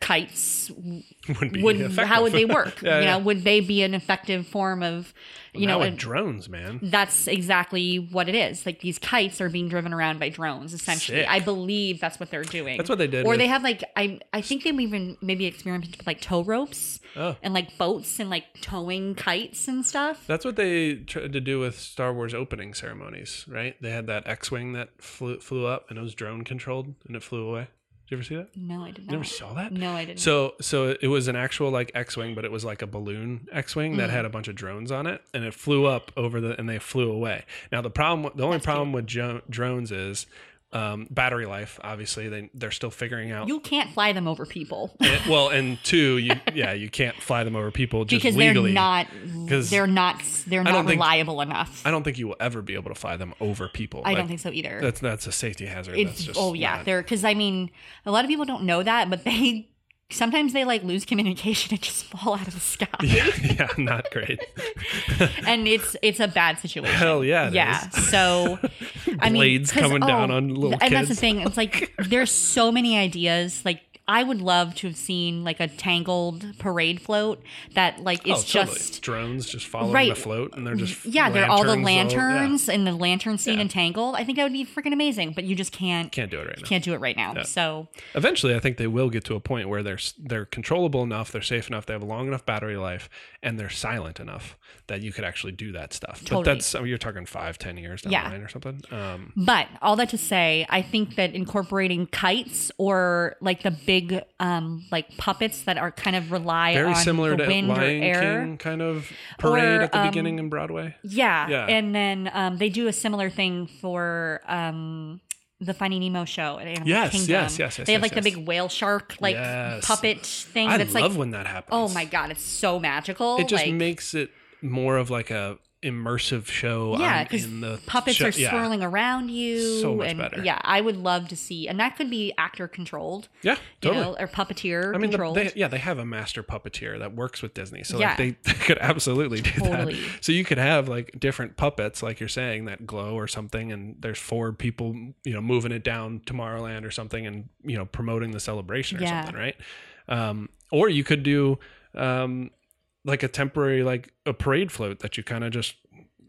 Speaker 2: kites w-
Speaker 1: Wouldn't be
Speaker 2: would
Speaker 1: effective.
Speaker 2: how would they
Speaker 1: (laughs)
Speaker 2: work?
Speaker 1: Yeah,
Speaker 2: you
Speaker 1: yeah.
Speaker 2: know, would they be an effective form of you
Speaker 1: now
Speaker 2: know?
Speaker 1: with
Speaker 2: a-
Speaker 1: drones, man.
Speaker 2: that's exactly what it is. Like these kites are being driven around by drones, essentially.
Speaker 1: Sick.
Speaker 2: I believe that's what they're doing.
Speaker 1: That's what they did
Speaker 2: Or they
Speaker 1: with-
Speaker 2: have like I I think they even maybe experimented with like tow ropes
Speaker 1: Oh.
Speaker 2: and like boats and like towing kites and stuff.
Speaker 1: That's what they tried to do with Star Wars opening ceremonies, right? They had that X-wing that flew flew up, and it was drone controlled, and it flew away. Did you ever see that?
Speaker 2: No, I did
Speaker 1: You never
Speaker 2: not.
Speaker 1: saw that?
Speaker 2: No, I didn't.
Speaker 1: So so it was an actual like X-wing, but it was like a balloon X-wing
Speaker 2: Mm-hmm.
Speaker 1: that had a bunch of drones on it, and it flew up over the and they flew away. Now the problem, the only problem with jo- drones is um, battery life. Obviously, they they're still figuring out.
Speaker 2: you can't fly them over people
Speaker 1: it- well, and two, you yeah, you can't fly them over people just
Speaker 2: because
Speaker 1: legally.
Speaker 2: they're not
Speaker 1: 'Cause
Speaker 2: they're not they're
Speaker 1: don't
Speaker 2: not
Speaker 1: think-
Speaker 2: reliable enough.
Speaker 1: I don't think you will ever be able to fly them over people.
Speaker 2: I
Speaker 1: Like,
Speaker 2: don't think so either.
Speaker 1: that's that's a safety hazard. that's
Speaker 2: it's
Speaker 1: just
Speaker 2: oh yeah
Speaker 1: not- (laughs)
Speaker 2: they're because i mean a lot of people don't know that but they sometimes they like lose communication and just fall out of the sky
Speaker 1: yeah, yeah, not great.
Speaker 2: and it's it's a bad situation
Speaker 1: Hell yeah, it
Speaker 2: yeah
Speaker 1: is. (laughs)
Speaker 2: so i mean
Speaker 1: Blades
Speaker 2: 'cause,
Speaker 1: coming down
Speaker 2: oh,
Speaker 1: on little
Speaker 2: and that's the
Speaker 1: kids.
Speaker 2: thing
Speaker 1: (laughs)
Speaker 2: it's like there's so many ideas like I would love to have seen like a tangled parade float that like is
Speaker 1: oh, totally.
Speaker 2: just
Speaker 1: drones just following
Speaker 2: Right.
Speaker 1: the float, and they're just
Speaker 2: yeah, they're all the
Speaker 1: lanterns, all- yeah.
Speaker 2: lanterns and the lantern scene in Tangled. I think that would be freaking amazing, but you just can't
Speaker 1: Can't do it right now.
Speaker 2: can't do it right now. So
Speaker 1: Eventually, I think they will get to a point where they're s- they're controllable enough, they're safe enough, they have a long enough battery life, and they're silent enough that you could actually do that stuff.
Speaker 2: Totally.
Speaker 1: But that's I mean, you're talking five, ten years down
Speaker 2: Yeah.
Speaker 1: the line or something. Um,
Speaker 2: But all that to say, I think that incorporating kites or like the big um like puppets that are kind of rely
Speaker 1: very
Speaker 2: on
Speaker 1: similar
Speaker 2: the
Speaker 1: to
Speaker 2: wind
Speaker 1: Lion
Speaker 2: or air.
Speaker 1: King kind of parade
Speaker 2: Or,
Speaker 1: at the
Speaker 2: um,
Speaker 1: beginning in Broadway.
Speaker 2: Yeah.
Speaker 1: Yeah.
Speaker 2: And then um they do a similar thing for um the Finding Nemo show at Animal
Speaker 1: Yes,
Speaker 2: Kingdom.
Speaker 1: yes, yes, yes,
Speaker 2: They have
Speaker 1: yes,
Speaker 2: like the
Speaker 1: yes.
Speaker 2: big whale shark like
Speaker 1: Yes.
Speaker 2: puppet thing
Speaker 1: I
Speaker 2: that's
Speaker 1: love
Speaker 2: like
Speaker 1: when that happens.
Speaker 2: oh my god, it's so magical.
Speaker 1: It just
Speaker 2: like,
Speaker 1: makes it more of like a immersive show.
Speaker 2: yeah,
Speaker 1: I'm
Speaker 2: because
Speaker 1: um, in the
Speaker 2: puppets
Speaker 1: show-
Speaker 2: are
Speaker 1: yeah.
Speaker 2: swirling around you.
Speaker 1: So much
Speaker 2: and
Speaker 1: better.
Speaker 2: Yeah, I would love to see, and that could be actor controlled.
Speaker 1: Yeah, totally.
Speaker 2: you know, or puppeteer
Speaker 1: I mean, the-
Speaker 2: controlled.
Speaker 1: they, yeah, they have a master puppeteer that works with Disney, so
Speaker 2: Yeah.
Speaker 1: like they, (laughs) they could absolutely do
Speaker 2: Totally.
Speaker 1: that. So you could have like different puppets, like you're saying, that glow or something, and there's four people, you know, moving it down Tomorrowland or something, and you know, promoting the celebration or
Speaker 2: Yeah.
Speaker 1: something, right? Um, or you could do um, like a temporary, like a parade float that you kind of just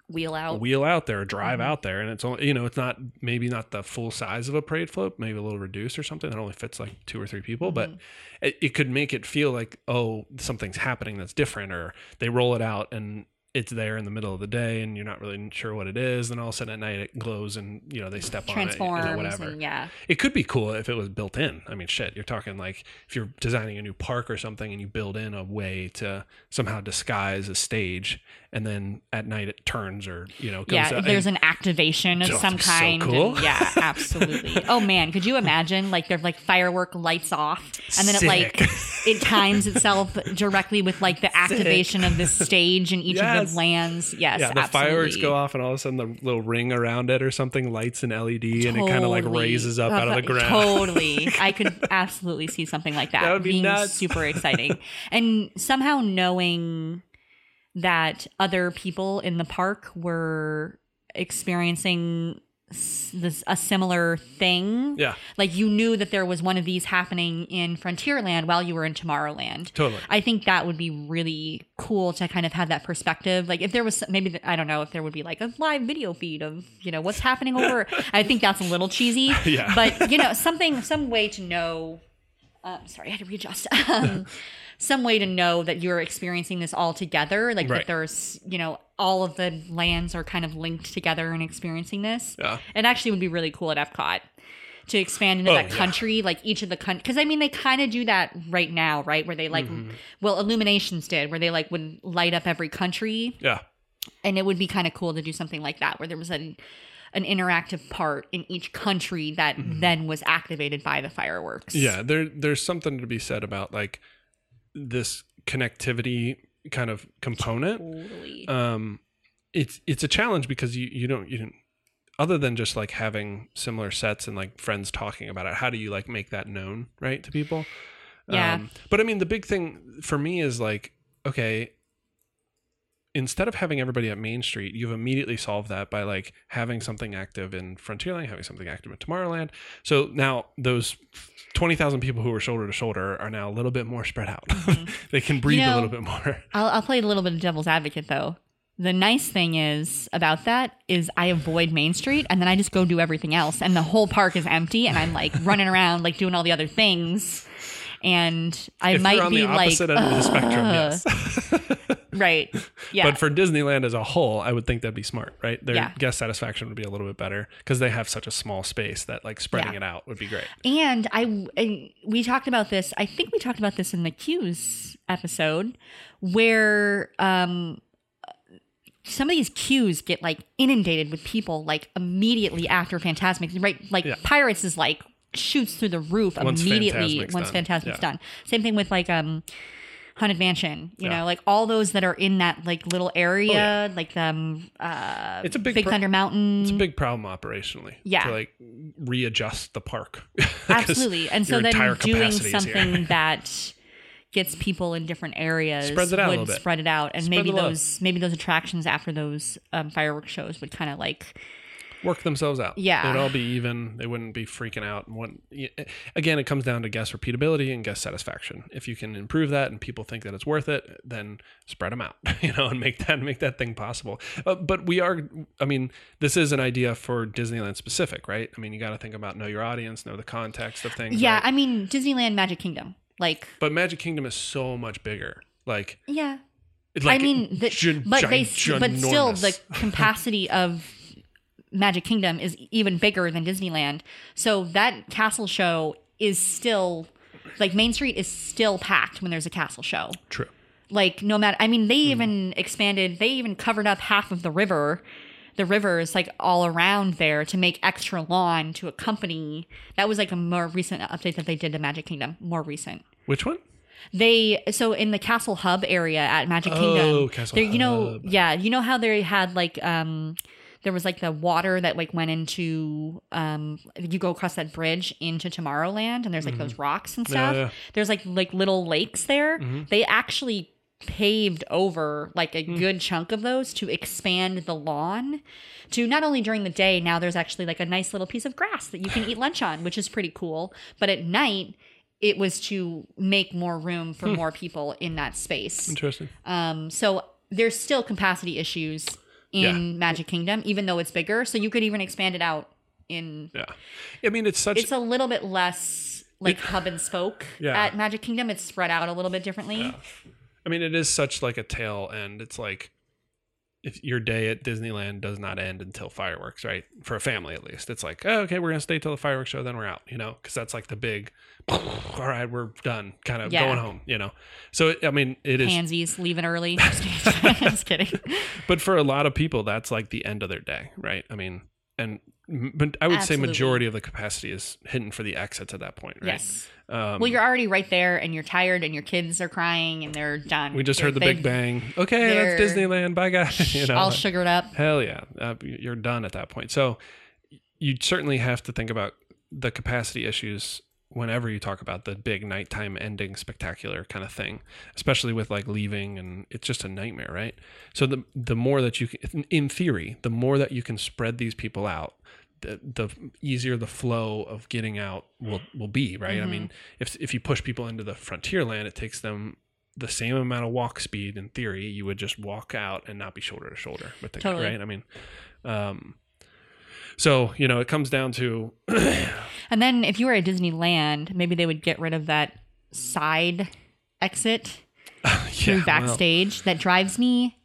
Speaker 2: wheel out. Mm-hmm.
Speaker 1: wheel out there, drive out there, and it's only you know it's not maybe not the full size of a parade float, maybe a little reduced or something that only fits like two or three people,
Speaker 2: Mm-hmm.
Speaker 1: but it, it could make it feel like oh something's happening that's different, or they roll it out and it's there in the middle of the day and you're not really sure what it is, then all of a sudden at night it glows and you know they step
Speaker 2: transforms
Speaker 1: on it or whatever.
Speaker 2: and yeah
Speaker 1: It could be cool if it was built in. I mean, shit, you're talking like if you're designing a new park or something and you build in a way to somehow disguise a stage and then at night it turns or, you know, goes
Speaker 2: yeah
Speaker 1: out.
Speaker 2: there's
Speaker 1: and
Speaker 2: an activation of
Speaker 1: Oh,
Speaker 2: some
Speaker 1: so
Speaker 2: kind and
Speaker 1: cool.
Speaker 2: yeah
Speaker 1: (laughs)
Speaker 2: absolutely oh man could you imagine like there's like firework lights off and then it like it times itself directly
Speaker 1: (laughs)
Speaker 2: with like the activation of this stage and each of
Speaker 1: Yes.
Speaker 2: the lands yes
Speaker 1: yeah, the fireworks
Speaker 2: absolutely.
Speaker 1: go off and all of a sudden the little ring around it or something lights an LED and it kind of like
Speaker 2: (laughs) Totally.
Speaker 1: raises up out of the ground.
Speaker 2: Totally. I could absolutely see something like that,
Speaker 1: That would be
Speaker 2: being
Speaker 1: nuts.
Speaker 2: super
Speaker 1: (laughs)
Speaker 2: exciting. and somehow knowing that other people in the park were experiencing s- this a similar thing.
Speaker 1: (laughs) Yeah,
Speaker 2: Like you knew that there was one of these happening in Frontierland while you were in Tomorrowland.
Speaker 1: totally.
Speaker 2: I think that would be really cool to kind of have that perspective. Like if there was maybe th- I don't know if there would be like a live video feed of you know what's happening
Speaker 1: (laughs)
Speaker 2: over. I think that's a little cheesy,
Speaker 1: Yeah.
Speaker 2: But you know something, some way to know. Uh, sorry, I had to readjust. (laughs) Um, some way to know that you're experiencing this all together. Like
Speaker 1: Right.
Speaker 2: that there's you know all of the lands are kind of linked together and experiencing this.
Speaker 1: Yeah.
Speaker 2: It actually would be really cool at Epcot to expand into
Speaker 1: Oh,
Speaker 2: that
Speaker 1: yeah.
Speaker 2: country, like each of the country. Because I mean, they kind of do that right now, right? Where they like,
Speaker 1: Mm-hmm.
Speaker 2: well, Illuminations did, where they like would light up every country,
Speaker 1: Yeah.
Speaker 2: and it would be kind of cool to do something like that, where there was an an interactive part in each country that then was activated by the fireworks.
Speaker 1: Mm-hmm. Yeah, there there's something to be said about like this connectivity kind of component.
Speaker 2: totally.
Speaker 1: um it's it's a challenge because you you don't you don't other than just like having similar sets and like friends talking about it how do you like make that known right to people
Speaker 2: Yeah.
Speaker 1: um, but i mean the big thing for me is like okay instead of having everybody at Main Street, you've immediately solved that by like having something active in Frontierland, having something active in Tomorrowland. So now those 20,000 people who were shoulder to shoulder are now a little bit more spread out. (laughs) they can breathe a
Speaker 2: Mm-hmm. know-
Speaker 1: little bit more.
Speaker 2: I'll, I'll play a little bit of devil's advocate though. The nice thing is about that is I avoid Main Street and then I just go do everything else and the whole park is empty and I'm like running around like doing all the other things and I
Speaker 1: If
Speaker 2: might
Speaker 1: you're on
Speaker 2: be
Speaker 1: the opposite
Speaker 2: like
Speaker 1: end of the spectrum,
Speaker 2: "Ugh."
Speaker 1: yes.
Speaker 2: (laughs) right yeah
Speaker 1: (laughs) But for Disneyland as a whole, I would think that'd be smart, right? Their
Speaker 2: Yeah.
Speaker 1: guest satisfaction would be a little bit better because they have such a small space that like spreading
Speaker 2: Yeah.
Speaker 1: it out would be great.
Speaker 2: And I, I- we talked about this. I think we talked about this in the cues episode, where um, some of these cues get like inundated with people like immediately after Fantasmic, right? Like
Speaker 1: Yeah.
Speaker 2: Pirates is like shoots through the roof
Speaker 1: Once
Speaker 2: immediately
Speaker 1: Fantasmic's
Speaker 2: once
Speaker 1: done.
Speaker 2: Fantasmic's
Speaker 1: Yeah.
Speaker 2: done. Same thing with like um, Haunted Mansion. You
Speaker 1: Yeah. Oh,
Speaker 2: know, like all those that are in that like little area,
Speaker 1: yeah.
Speaker 2: like um, uh,
Speaker 1: It's a big
Speaker 2: Big
Speaker 1: pro-
Speaker 2: Thunder Mountain.
Speaker 1: It's a big problem operationally.
Speaker 2: Yeah.
Speaker 1: To like readjust the park. (laughs) 'Cause
Speaker 2: absolutely and so
Speaker 1: your
Speaker 2: then
Speaker 1: entire
Speaker 2: doing
Speaker 1: capacity is here.
Speaker 2: something that gets people in different areas
Speaker 1: Spreads it out a
Speaker 2: would
Speaker 1: little bit.
Speaker 2: spread it out and
Speaker 1: Spread
Speaker 2: maybe
Speaker 1: the love.
Speaker 2: those maybe those attractions after those um, fireworks shows would kind of like
Speaker 1: work themselves out.
Speaker 2: Yeah.
Speaker 1: It'd all be even. They wouldn't be freaking out. And one, again, it comes down to guest repeatability and guest satisfaction. If you can improve that and people think that it's worth it, then spread them out, (laughs) you know, and make that make that thing possible. Uh, but we are, I mean, this is an idea for Disneyland specific, right? I mean, you got to think about know your audience, know the context of things.
Speaker 2: yeah
Speaker 1: right?
Speaker 2: i mean disneyland magic kingdom like
Speaker 1: but Magic Kingdom is so much bigger. Like,
Speaker 2: yeah
Speaker 1: it- like
Speaker 2: i mean the,
Speaker 1: gi-
Speaker 2: but
Speaker 1: gi-
Speaker 2: they but still
Speaker 1: (laughs)
Speaker 2: the
Speaker 1: ginormous.
Speaker 2: capacity of magic kingdom is even bigger than disneyland so that castle show is still like main street is still packed when there's a castle show
Speaker 1: true.
Speaker 2: like no matter i mean they even expanded they even covered up half of the river the rivers like all around there to make extra lawn to accompany that was like a more recent update that they did to magic kingdom more recent
Speaker 1: Which one?
Speaker 2: they so in the castle hub area at magic kingdom
Speaker 1: Oh, Castle
Speaker 2: there you know
Speaker 1: Hub.
Speaker 2: yeah you know how they had like um there was like the water that like went into um you go across that bridge into tomorrowland and there's like those rocks and stuff
Speaker 1: Mm-hmm. yeah. Mm-hmm.
Speaker 2: there's like like little lakes there they actually paved over like
Speaker 1: Mm.
Speaker 2: a good chunk of those to expand the lawn to not only during the day now there's actually like a nice little piece of grass that you can eat lunch on which is pretty cool but at night it was to make more
Speaker 1: Hmm.
Speaker 2: room for more people in that space
Speaker 1: Interesting.
Speaker 2: um, so there's still capacity issues in
Speaker 1: Yeah.
Speaker 2: Magic Kingdom, even though it's bigger. So you could even expand it out in.
Speaker 1: Yeah. I mean, it's such
Speaker 2: It's a little bit less like hub and spoke
Speaker 1: Yeah.
Speaker 2: at Magic Kingdom. It's spread out a little bit differently.
Speaker 1: I mean, it is such like a tail end. It's like if your day at Disneyland does not end until fireworks, right? For a family, at least, it's like, oh, okay, we're gonna stay till the fireworks show, then we're out, you know, because that's like the big, (laughs) all right, we're done, kind of
Speaker 2: Yeah.
Speaker 1: going home, you know. So it, I mean, it is,
Speaker 2: Pansies leaving early. (laughs) Just kidding.
Speaker 1: but for a lot of people, that's like the end of their day, right? I mean, and m- but I would
Speaker 2: Absolutely.
Speaker 1: say majority of the capacity is hidden for the exits at that point, right?
Speaker 2: Yes.
Speaker 1: Um,
Speaker 2: Well, you're already right there, and you're tired, and your kids are crying, and they're done.
Speaker 1: we just
Speaker 2: They're-
Speaker 1: heard the
Speaker 2: they've
Speaker 1: Big Bang. Okay, that's
Speaker 2: they're-
Speaker 1: Disneyland. Bye, guys. (laughs) you know,
Speaker 2: all
Speaker 1: like-
Speaker 2: sugared up.
Speaker 1: Hell yeah, uh, you're done at that point. So you certainly have to think about the capacity issues whenever you talk about the big nighttime ending spectacular kind of thing, especially with like leaving and it's just a nightmare, right? So the the more that you can, in theory, the more that you can spread these people out. The, the easier the flow of getting out will, will be right. I mean, if if you push people into the frontier land, it takes them the same amount of walk speed in theory. You would just walk out and not be shoulder to shoulder with the guy,
Speaker 2: Totally.
Speaker 1: right? I mean, um, so you know, it comes down to (laughs)
Speaker 2: And then if you were at Disneyland, maybe they would get rid of that side exit
Speaker 1: Yeah,
Speaker 2: through
Speaker 1: well,
Speaker 2: backstage that drives me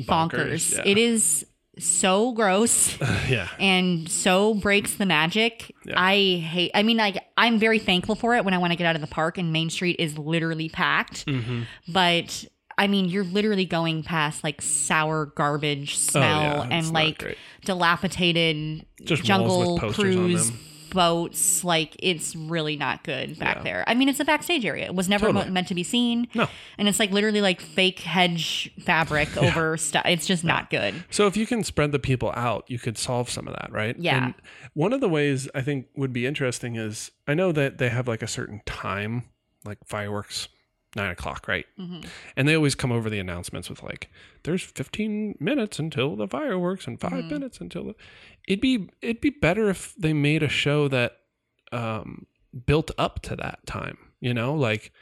Speaker 2: bonkers.
Speaker 1: Bonkers, yeah.
Speaker 2: It is so
Speaker 1: (laughs)
Speaker 2: gross
Speaker 1: (laughs) yeah,
Speaker 2: and so breaks the magic.
Speaker 1: Yeah.
Speaker 2: I hate I mean like I'm very thankful for it when I want to get out of the park and Main Street is literally packed.
Speaker 1: Mm-hmm.
Speaker 2: But I mean you're literally going past like sour garbage smell
Speaker 1: Oh, it's
Speaker 2: and
Speaker 1: not
Speaker 2: like
Speaker 1: great.
Speaker 2: dilapidated
Speaker 1: Just
Speaker 2: jungle
Speaker 1: walls with posters on
Speaker 2: cruise
Speaker 1: them.
Speaker 2: boats like it's really not good back there i mean it's a backstage area it was never
Speaker 1: Totally.
Speaker 2: meant to be seen
Speaker 1: No.
Speaker 2: and it's like literally like fake hedge
Speaker 1: (laughs)
Speaker 2: fabric over stuff it's just not good
Speaker 1: So if you can spread the people out, you could solve some of that, right?
Speaker 2: Yeah.
Speaker 1: And one of the ways I think would be interesting is I know that they have like a certain time, like fireworks nine o'clock, right?
Speaker 2: Mhm.
Speaker 1: And they always come over the announcements with like, "There's 15 minutes until the fireworks and 5 minutes until the." It'd be it'd be better if they made a show that um, built up to that time. You know, like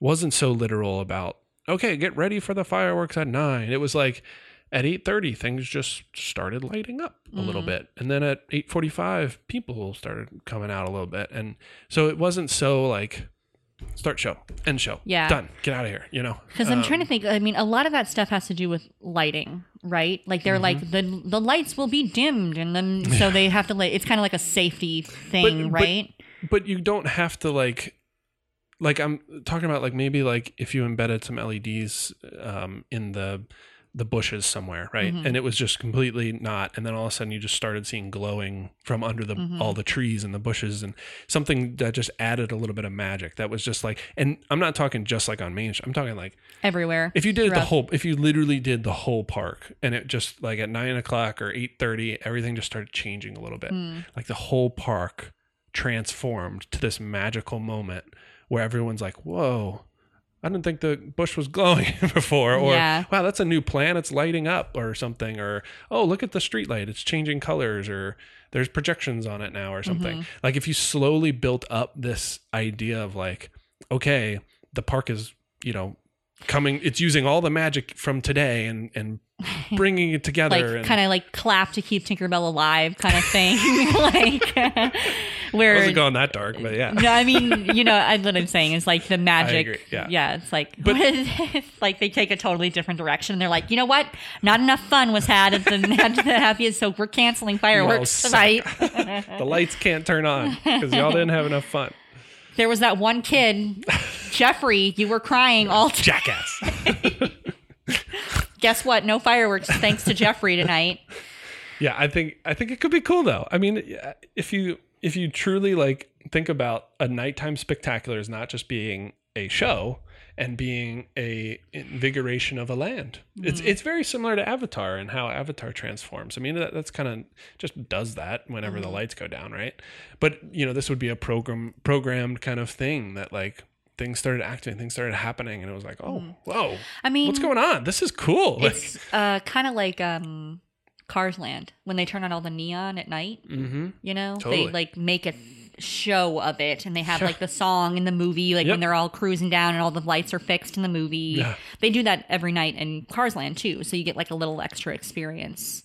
Speaker 1: wasn't so literal about okay, get ready for the fireworks at nine. It was like at 8.30 things just started lighting up a little bit and then at 8.45 people started coming out a little bit and so it wasn't so like start show end show
Speaker 2: Yeah.
Speaker 1: done get out of here you know
Speaker 2: Because I'm
Speaker 1: Um,
Speaker 2: trying to think. I mean, a lot of that stuff has to do with lighting, right? Like they're like
Speaker 1: Mm-hmm.
Speaker 2: the the lights will be dimmed,
Speaker 1: (laughs)
Speaker 2: and then so they have to like it's kind of like a safety thing,
Speaker 1: but-
Speaker 2: right?
Speaker 1: Um, but you don't have to like like i'm talking about like maybe like if you embedded some leds um in the the bushes somewhere right and it was just completely not and then all of a sudden you just started seeing glowing from under the all the trees and the bushes and something that just added a little bit of magic that was just like and i'm not talking just like on main street i'm talking like
Speaker 2: Everywhere.
Speaker 1: if you did it the
Speaker 2: throughout-
Speaker 1: whole if you literally did the whole park and it just like at nine o'clock or eight thirty, everything just started changing a little bit. Like the whole park transformed to this magical moment where everyone's like, Whoa, I didn't think the bush was glowing (laughs) before or
Speaker 2: Yeah.
Speaker 1: wow, that's a new plan, it's lighting up or something, or oh look at the street light, it's changing colors or there's projections on it now or something. Like if you slowly built up this idea of like, okay, the park is, you know, coming it's using all the magic from today and and bringing it together
Speaker 2: like
Speaker 1: and
Speaker 2: kind of like clap to keep Tinkerbell alive kind of thing.
Speaker 1: (laughs)
Speaker 2: (laughs) like
Speaker 1: it
Speaker 2: where
Speaker 1: wasn't going that dark but yeah
Speaker 2: no, I mean, you know, I, what I'm saying is like the
Speaker 1: agree,
Speaker 2: magic.
Speaker 1: yeah.
Speaker 2: it's like,
Speaker 1: But-
Speaker 2: what is this? (laughs) Like they take a totally different direction. And they're like, you know what? Not enough fun was had at the, (laughs) at the happiest, so we're canceling fireworks
Speaker 1: all
Speaker 2: tonight.
Speaker 1: the lights can't turn on because y'all didn't have enough fun
Speaker 2: There was that one kid, Jeffrey. You were
Speaker 1: (laughs)
Speaker 2: crying all. T-
Speaker 1: jackass
Speaker 2: Guess what? No fireworks thanks to
Speaker 1: (laughs)
Speaker 2: Jeffrey tonight.
Speaker 1: yeah i think i think it could be cool though i mean yeah, if you if you truly like think about a nighttime spectacular as not just being a show and being a invigoration of a land it's
Speaker 2: Mm-hmm.
Speaker 1: it's very similar to avatar and how avatar transforms i mean that, that's kind of just does that whenever
Speaker 2: Mm-hmm.
Speaker 1: the lights go down right but you know this would be a program programmed kind of thing that like things started acting things started happening and it was like oh whoa
Speaker 2: Mm. I mean,
Speaker 1: what's going on this is cool like,
Speaker 2: it's uh, kind of like um, Cars Land when they turn on all the neon at night.
Speaker 1: mm-hmm.
Speaker 2: You know,
Speaker 1: Totally.
Speaker 2: they like make a show of it, and they have
Speaker 1: Yeah.
Speaker 2: like the song in the movie, like
Speaker 1: Yep.
Speaker 2: when they're all cruising down and all the lights are fixed in the movie.
Speaker 1: Yeah.
Speaker 2: They do that every night in Cars Land too, so you get like a little extra experience.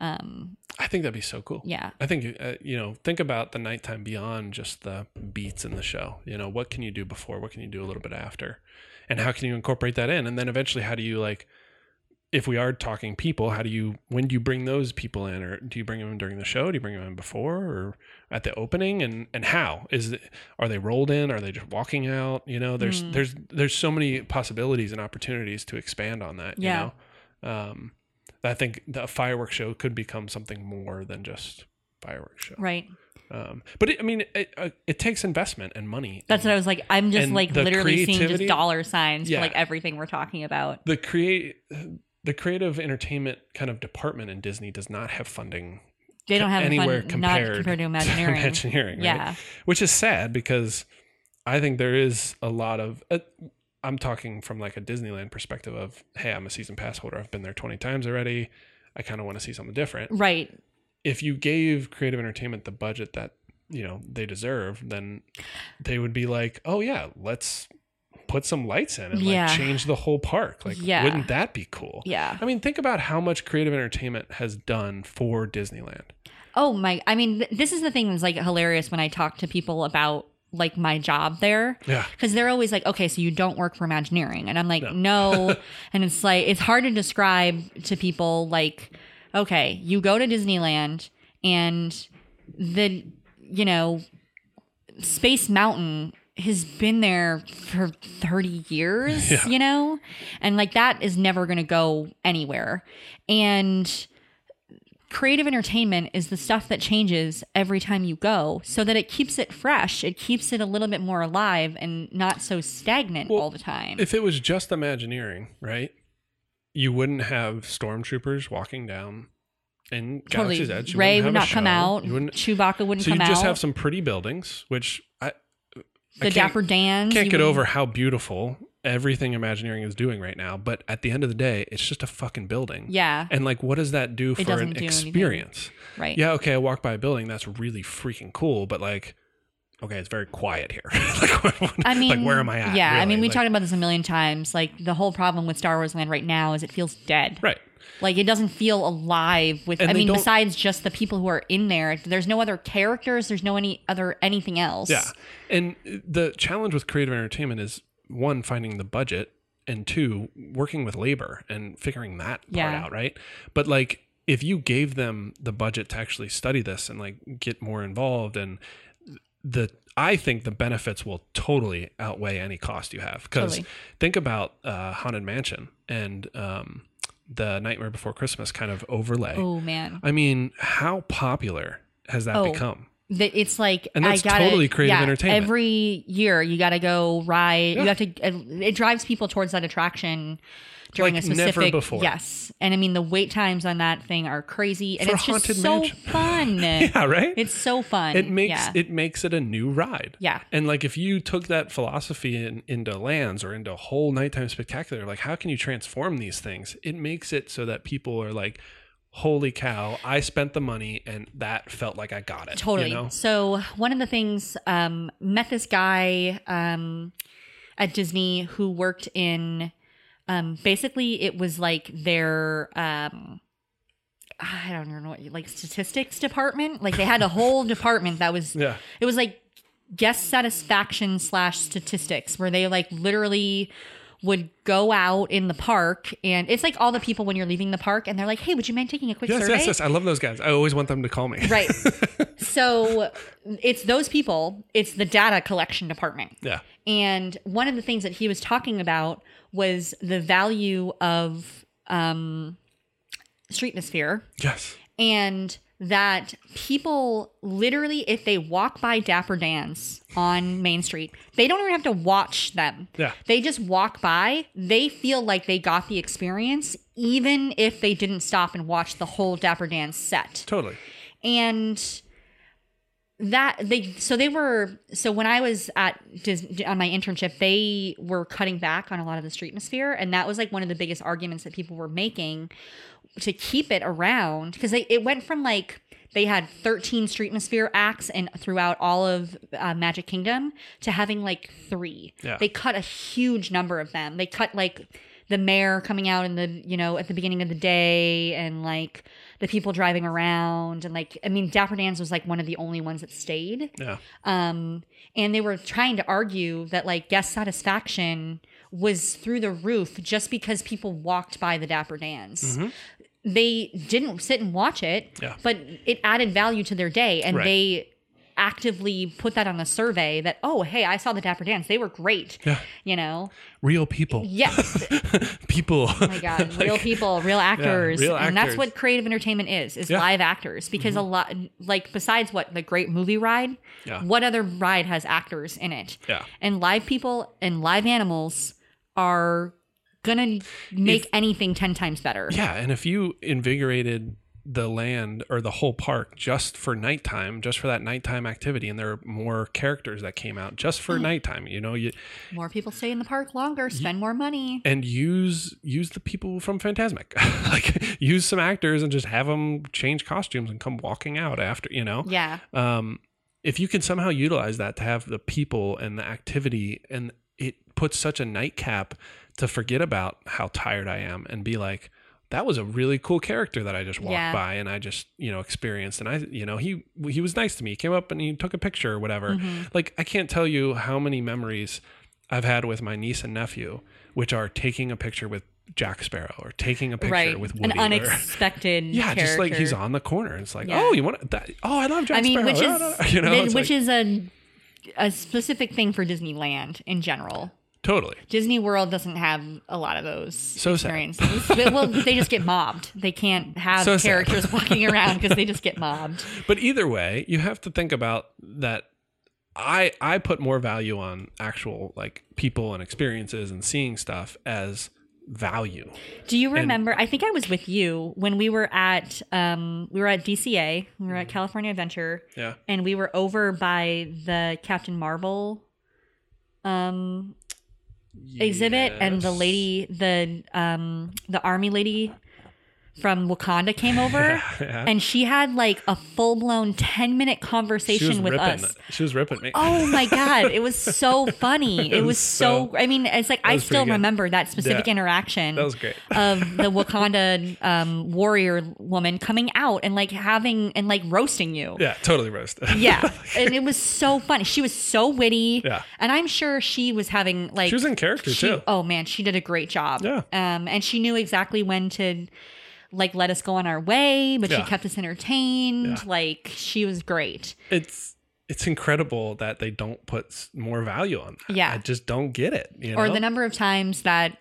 Speaker 1: i think that'd be so cool
Speaker 2: Yeah,
Speaker 1: I think uh, you know. Think about the nighttime beyond just the beats in the show. You know, what can you do before? What can you do a little bit after? And how can you incorporate that in? And then eventually, how do you like? If we are talking people, how do you? When do you bring those people in, or do you bring them in during the show? Do you bring them in before or at the opening? And and how is it? Are they rolled in? Are they just walking out? You know, there's there's there's so many possibilities and opportunities to expand on that.
Speaker 2: Yeah.
Speaker 1: You know? Um, I think the fireworks show could become something more than just fireworks show.
Speaker 2: right.
Speaker 1: Um, but it, I mean, it, uh, it takes investment and money.
Speaker 2: That's what I was like. I'm just
Speaker 1: And
Speaker 2: like
Speaker 1: the
Speaker 2: literally seeing
Speaker 1: creativity-
Speaker 2: just dollar signs
Speaker 1: Yeah.
Speaker 2: for like everything we're talking about.
Speaker 1: the create the creative entertainment kind of department in Disney does not have funding
Speaker 2: They don't have
Speaker 1: anywhere
Speaker 2: fun,
Speaker 1: compared,
Speaker 2: not
Speaker 1: (laughs)
Speaker 2: compared to Imagineering.
Speaker 1: Imagineering, right?
Speaker 2: Yeah,
Speaker 1: which is sad because I think there is a lot of. Uh, I'm talking from like a Disneyland perspective of, hey, I'm a season pass holder. I've been there 20 times already. I kind of want to see something different.
Speaker 2: right.
Speaker 1: if you gave creative entertainment the budget that you know they deserve then they would be like oh yeah let's put some lights in and
Speaker 2: Yeah.
Speaker 1: like change the whole park like
Speaker 2: Yeah.
Speaker 1: wouldn't that be cool
Speaker 2: Yeah.
Speaker 1: i mean think about how much creative entertainment has done for disneyland
Speaker 2: Oh my! I mean, th- this is the thing that's like hilarious when I talk to people about like my job there.
Speaker 1: yeah
Speaker 2: because they're always like, okay, so you don't work for Imagineering, and I'm like, no, and it's like it's hard to describe to people like, okay, you go to Disneyland and the you know Space Mountain has been there for 30
Speaker 1: (laughs)
Speaker 2: years,
Speaker 1: Yeah.
Speaker 2: you know, and like that is never going to go anywhere, and. Creative entertainment is the stuff that changes every time you go so that it keeps it fresh. It keeps it a little bit more alive and not so stagnant all the time.
Speaker 1: if it was just imagineering right you wouldn't have stormtroopers walking down in galaxy's edge You
Speaker 2: Ray
Speaker 1: wouldn't
Speaker 2: would
Speaker 1: have a
Speaker 2: not come
Speaker 1: show.
Speaker 2: out.
Speaker 1: you wouldn't
Speaker 2: Chewbacca wouldn't
Speaker 1: so you
Speaker 2: come out.
Speaker 1: just have some pretty buildings which i
Speaker 2: the
Speaker 1: can't-
Speaker 2: Dapper Dans.
Speaker 1: can't
Speaker 2: you
Speaker 1: get
Speaker 2: would-
Speaker 1: over how beautiful everything Imagineering is doing right now. But at the end of the day, it's just a fucking building.
Speaker 2: Yeah.
Speaker 1: And like, what does that do for
Speaker 2: doesn't
Speaker 1: an
Speaker 2: do anything.
Speaker 1: experience?
Speaker 2: Right.
Speaker 1: Yeah, okay, I walked by a building. That's really freaking cool. But like, okay, it's very quiet here. (laughs) like, what- what-
Speaker 2: I mean,
Speaker 1: like, where am I at?
Speaker 2: Yeah, I
Speaker 1: really?
Speaker 2: mean, we
Speaker 1: Like,
Speaker 2: talked about this a million times. Like the whole problem with Star Wars Land right now is it feels dead.
Speaker 1: Right.
Speaker 2: Like it doesn't feel alive. With
Speaker 1: And
Speaker 2: I
Speaker 1: they
Speaker 2: mean,
Speaker 1: don't-
Speaker 2: besides just the people who are in there, there's no other characters. There's no any other anything else.
Speaker 1: Yeah. And the challenge with creative entertainment is one, finding the budget, and two, working with labor and figuring that part
Speaker 2: Yeah.
Speaker 1: out, right? But like, if you gave them the budget to actually study this and like get more involved and the I think the benefits will totally outweigh any cost you have because
Speaker 2: Totally.
Speaker 1: think about uh, Haunted Mansion and um, the Nightmare Before Christmas kind of overlay.
Speaker 2: Oh man,
Speaker 1: I mean, how popular has that
Speaker 2: Oh.
Speaker 1: become? (laughs)
Speaker 2: Th- it's like
Speaker 1: And that's
Speaker 2: I gotta,
Speaker 1: totally creative
Speaker 2: yeah,
Speaker 1: entertainment.
Speaker 2: Every year you got to go ride.
Speaker 1: Yeah.
Speaker 2: You have to. uh, It drives people towards that attraction during
Speaker 1: Like
Speaker 2: a
Speaker 1: never
Speaker 2: specific.
Speaker 1: before.
Speaker 2: Yes, and I mean the wait times on that thing are crazy, and
Speaker 1: For
Speaker 2: it's
Speaker 1: Haunted
Speaker 2: just so
Speaker 1: Mansion. (laughs)
Speaker 2: fun.
Speaker 1: Yeah, right.
Speaker 2: It's so fun.
Speaker 1: it makes
Speaker 2: yeah.
Speaker 1: it makes it a new ride.
Speaker 2: Yeah.
Speaker 1: And like if you took that philosophy in, into lands or into a whole nighttime spectacular, like how can you transform these things? It makes it so that people are like, Holy cow, I spent the money and that felt like I got it.
Speaker 2: Totally.
Speaker 1: You know?
Speaker 2: So one of the things um, met this guy um, at Disney who worked in um, basically it was like their um, I don't even know what like statistics department. Like they had
Speaker 1: (laughs)
Speaker 2: a whole department that was
Speaker 1: Yeah.
Speaker 2: it was like guest satisfaction slash statistics where they like literally would go out in the park and it's like all the people when you're leaving the park and they're like, hey, would you mind taking a quick
Speaker 1: Yes,
Speaker 2: survey?
Speaker 1: yes, yes. I love those guys. I always want them to call me.
Speaker 2: Right. so it's those people, it's the data collection department.
Speaker 1: Yeah.
Speaker 2: And one of the things that he was talking about was the value of um, streetmosphere
Speaker 1: Yes.
Speaker 2: and that people literally, if they walk by Dapper Dance on Main Street, they don't even have to watch them.
Speaker 1: Yeah.
Speaker 2: They just walk by. They feel like they got the experience, even if they didn't stop and watch the whole Dapper Dance set
Speaker 1: Totally.
Speaker 2: and that they so they were so when I was at Dis- on my internship they were cutting back on a lot of the streetmosphere and that was like one of the biggest arguments that people were making to keep it around because they it went from like they had 13 streetmosphere acts and throughout all of uh, Magic Kingdom to having like three
Speaker 1: Yeah.
Speaker 2: they cut a huge number of them they cut like the mayor coming out in the you know at the beginning of the day and like the people driving around and like i mean dapper dan's was like one of the only ones that stayed
Speaker 1: Yeah.
Speaker 2: um and they were trying to argue that like guest satisfaction was through the roof just because people walked by the dapper dans they didn't sit and watch it
Speaker 1: Mm-hmm. Yeah.
Speaker 2: but it added value to their day and
Speaker 1: Right.
Speaker 2: they actively put that on a survey that oh hey i saw the dapper dance they were great
Speaker 1: Yeah.
Speaker 2: you know
Speaker 1: Real people.
Speaker 2: yes
Speaker 1: (laughs) People.
Speaker 2: Oh
Speaker 1: (laughs)
Speaker 2: my god, real people, real actors,
Speaker 1: real
Speaker 2: and
Speaker 1: actors.
Speaker 2: that's what creative entertainment is: is
Speaker 1: Yeah. Mm-hmm.
Speaker 2: live actors. Because a lot, like besides what the great movie ride,
Speaker 1: Yeah.
Speaker 2: what other ride has actors in it?
Speaker 1: Yeah.
Speaker 2: And live people and live animals are gonna make anything ten times better.
Speaker 1: Yeah, and if you invigorated the land or the whole park just for nighttime, just for that nighttime activity, and there are more characters that came out just for nighttime, you know, you,
Speaker 2: More people stay in the park longer, spend more money.
Speaker 1: and use use the people from Phantasmic, (laughs) like use some actors and just have them change costumes and come walking out after, you know.
Speaker 2: Yeah,
Speaker 1: Um, if you can somehow utilize that to have the people and the activity, and it puts such a nightcap to forget about how tired I am and be like, that was a really cool character that I just walked
Speaker 2: Yeah.
Speaker 1: by and I just you know experienced, and I you know he he was nice to me. He came up and he took a picture or whatever.
Speaker 2: Mm-hmm.
Speaker 1: Like I can't tell you how many memories I've had with my niece and nephew, which are taking a picture with Jack Sparrow or taking a picture
Speaker 2: right.
Speaker 1: with Woody.
Speaker 2: An
Speaker 1: or- (laughs)
Speaker 2: unexpected.
Speaker 1: yeah,
Speaker 2: character.
Speaker 1: just like he's on the corner. And it's like,
Speaker 2: Yeah.
Speaker 1: oh, you want that? Oh, I love Jack
Speaker 2: I mean,
Speaker 1: Sparrow.
Speaker 2: which
Speaker 1: No, no, no. (laughs)
Speaker 2: is
Speaker 1: you know,
Speaker 2: which
Speaker 1: it's like-
Speaker 2: is a a specific thing for Disneyland in general.
Speaker 1: totally
Speaker 2: Disney World doesn't have a lot of those
Speaker 1: So sad.
Speaker 2: experiences. But- well, they just get mobbed. They
Speaker 1: (laughs)
Speaker 2: can't have
Speaker 1: So sad.
Speaker 2: characters walking around because they just get mobbed.
Speaker 1: but either way you have to think about that i i put more value on actual like people and experiences and seeing stuff as value
Speaker 2: Do you remember? I think I was with you when we were at um, we were at DCA. We were
Speaker 1: Mm-hmm.
Speaker 2: at California Adventure,
Speaker 1: yeah
Speaker 2: and we were over by the Captain Marvel um, exhibit and the
Speaker 1: Yes. (laughs)
Speaker 2: lady the um the army lady from Wakanda
Speaker 1: (laughs)
Speaker 2: came over and she had like a full-blown 10-minute
Speaker 1: she was
Speaker 2: conversation with
Speaker 1: ripping.
Speaker 2: us.
Speaker 1: She was ripping me.
Speaker 2: Oh my god, it
Speaker 1: (laughs)
Speaker 2: was so funny. It,
Speaker 1: was
Speaker 2: was, so, I mean, it's like I
Speaker 1: was
Speaker 2: still
Speaker 1: pretty good.
Speaker 2: remember that specific
Speaker 1: Yeah. (laughs)
Speaker 2: interaction.
Speaker 1: That was great.
Speaker 2: of the Wakanda um, warrior woman coming out and like having and like roasting you.
Speaker 1: Yeah, totally (laughs) roasted.
Speaker 2: Yeah. And it was so funny. She was so witty.
Speaker 1: Yeah.
Speaker 2: And I'm sure she was having like
Speaker 1: She was in character,
Speaker 2: she-
Speaker 1: too.
Speaker 2: Oh man, she did a great job.
Speaker 1: Yeah.
Speaker 2: Um and she knew exactly when to like let us go on our way, but
Speaker 1: Yeah.
Speaker 2: she kept us entertained.
Speaker 1: Yeah.
Speaker 2: Like she was great.
Speaker 1: It's it's incredible that they don't put s- more value on that.
Speaker 2: Yeah.
Speaker 1: I just don't get it. You
Speaker 2: Or
Speaker 1: know?
Speaker 2: the number of times that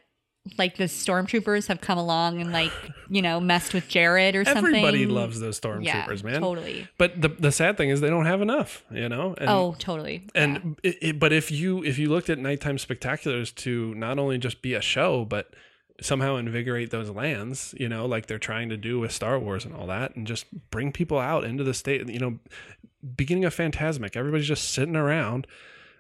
Speaker 2: like the stormtroopers have come along and like, you know, messed with Jared or something.
Speaker 1: Everybody loves those
Speaker 2: yeah,
Speaker 1: stormtroopers, man.
Speaker 2: Totally.
Speaker 1: But the the sad thing is they don't have enough, you know. And,
Speaker 2: oh, totally. Yeah.
Speaker 1: and it, it, but if you if you looked at nighttime spectaculars to not only just be a show but somehow invigorate those lands you know like they're trying to do with star wars and all that and just bring people out into the state you know beginning of phantasmic everybody's just sitting around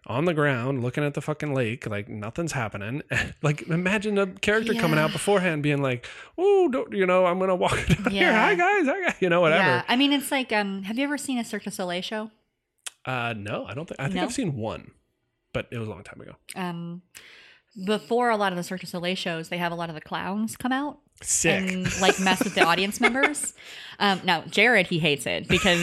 Speaker 1: on the ground looking at the fucking lake like nothing's happening (laughs) like imagine a character coming
Speaker 2: Yeah.
Speaker 1: out beforehand being like oh don't you know i'm gonna walk (laughs) down here
Speaker 2: Yeah.
Speaker 1: hi guys hi guys you know whatever
Speaker 2: Yeah, I mean, it's like, um, have you ever seen a Cirque du Soleil show?
Speaker 1: uh no i don't think i think
Speaker 2: No?
Speaker 1: i've seen one but it was a long time ago
Speaker 2: Um, before a lot of the Cirque du Soleil shows, they have a lot of the clowns come out
Speaker 1: sick
Speaker 2: and like mess with the
Speaker 1: (laughs)
Speaker 2: audience members. Um, now Jared, he hates it because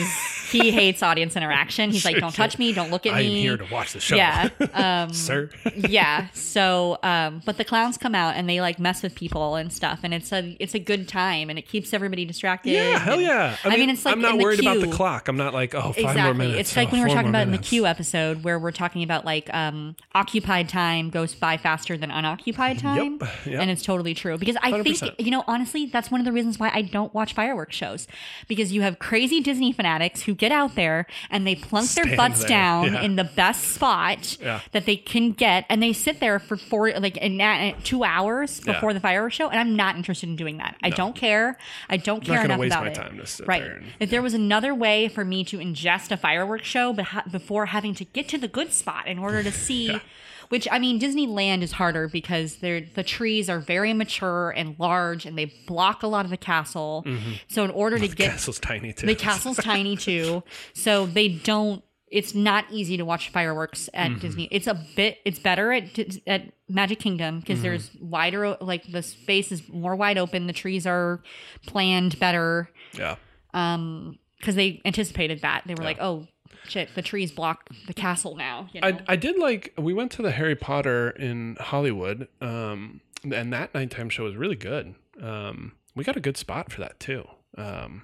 Speaker 1: (laughs)
Speaker 2: he hates audience interaction. He's like,
Speaker 1: Sure,
Speaker 2: "Don't
Speaker 1: sure.
Speaker 2: touch me! Don't look at
Speaker 1: I am
Speaker 2: me!"
Speaker 1: here to watch the show.
Speaker 2: Yeah, um,
Speaker 1: (laughs) Sir.
Speaker 2: yeah. So, um, but the clowns come out and they like mess with people and stuff, and it's a it's a good time, and it keeps everybody distracted.
Speaker 1: Yeah, hell
Speaker 2: and-
Speaker 1: yeah. I
Speaker 2: I
Speaker 1: mean,
Speaker 2: mean, it's like
Speaker 1: I'm not
Speaker 2: in the
Speaker 1: worried about the
Speaker 2: queue.
Speaker 1: clock. I'm not like, oh, five more
Speaker 2: Exactly.
Speaker 1: minutes.
Speaker 2: It's like
Speaker 1: oh,
Speaker 2: when we were
Speaker 1: four
Speaker 2: talking
Speaker 1: more
Speaker 2: about in the
Speaker 1: minutes.
Speaker 2: Q episode where we're talking about like um occupied time goes by faster than unoccupied time.
Speaker 1: Yep. Yep.
Speaker 2: And it's totally true. Because I
Speaker 1: 100%.
Speaker 2: think you know, honestly, that's one of the reasons why I don't watch fireworks shows. Because you have crazy Disney fanatics who get out there and they plunk
Speaker 1: Stand
Speaker 2: their butts
Speaker 1: there.
Speaker 2: down
Speaker 1: Yeah.
Speaker 2: in the best spot
Speaker 1: Yeah.
Speaker 2: that they can get and they sit there for four like in, uh, two hours
Speaker 1: Yeah.
Speaker 2: before the fireworks show. And I'm not interested in doing that. I don't care. I don't
Speaker 1: I'm
Speaker 2: care
Speaker 1: not
Speaker 2: enough
Speaker 1: gonna waste
Speaker 2: about
Speaker 1: my
Speaker 2: it.
Speaker 1: time to sit
Speaker 2: Right.
Speaker 1: there. And,
Speaker 2: If there was another way for me to ingest a fireworks show beha- before having to get to the good spot in order to see, which I mean, Disneyland is harder because they're, the trees are very mature and large and they block a lot of the castle. So, in order to
Speaker 1: (laughs)
Speaker 2: get
Speaker 1: castle's tiny too.
Speaker 2: the castle's tiny too, so they don't. It's not easy to watch fireworks at Disney. It's a bit. It's better at Dis- at Magic Kingdom because there's wider, o- like the space is more wide open. The trees are planned better
Speaker 1: yeah.
Speaker 2: um because they anticipated that they were like oh shit the trees block the castle now you know?
Speaker 1: I, I did like we went to the Harry Potter in Hollywood, um, and that nighttime show was really good. Um, we got a good spot for that too. Um,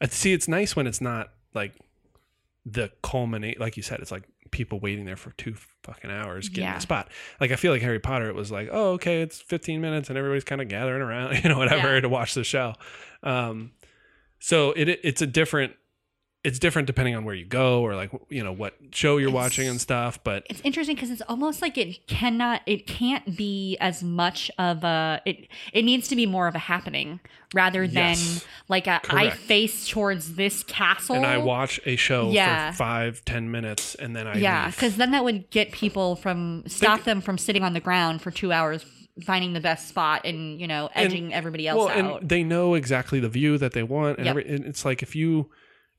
Speaker 1: I see. It's nice when it's not like the culminate, like you said, it's like people waiting there for two fucking hours getting
Speaker 2: Yeah.
Speaker 1: a spot. Like I feel like Harry Potter, it was like, oh, okay, it's 15 minutes, and everybody's kind of gathering around, (laughs) you know, whatever,
Speaker 2: Yeah.
Speaker 1: to watch the show. Um, so it it's a different. It's different depending on where you go or like you know what show you're
Speaker 2: It's-
Speaker 1: watching and stuff, but
Speaker 2: it's interesting because it's almost like it cannot it can't be as much of a it it needs to be more of a happening rather than
Speaker 1: Yes.
Speaker 2: like a, I
Speaker 1: Correct.
Speaker 2: face towards this castle
Speaker 1: and I watch a show
Speaker 2: Oh. Yeah.
Speaker 1: for five, ten minutes, and then I
Speaker 2: yeah
Speaker 1: leave.
Speaker 2: because then that would get people from stop them from sitting on the ground for two hours finding the best spot and you know edging everybody else
Speaker 1: well,
Speaker 2: out
Speaker 1: and they know exactly the view that they want, and,
Speaker 2: Yep.
Speaker 1: every, and it's like if you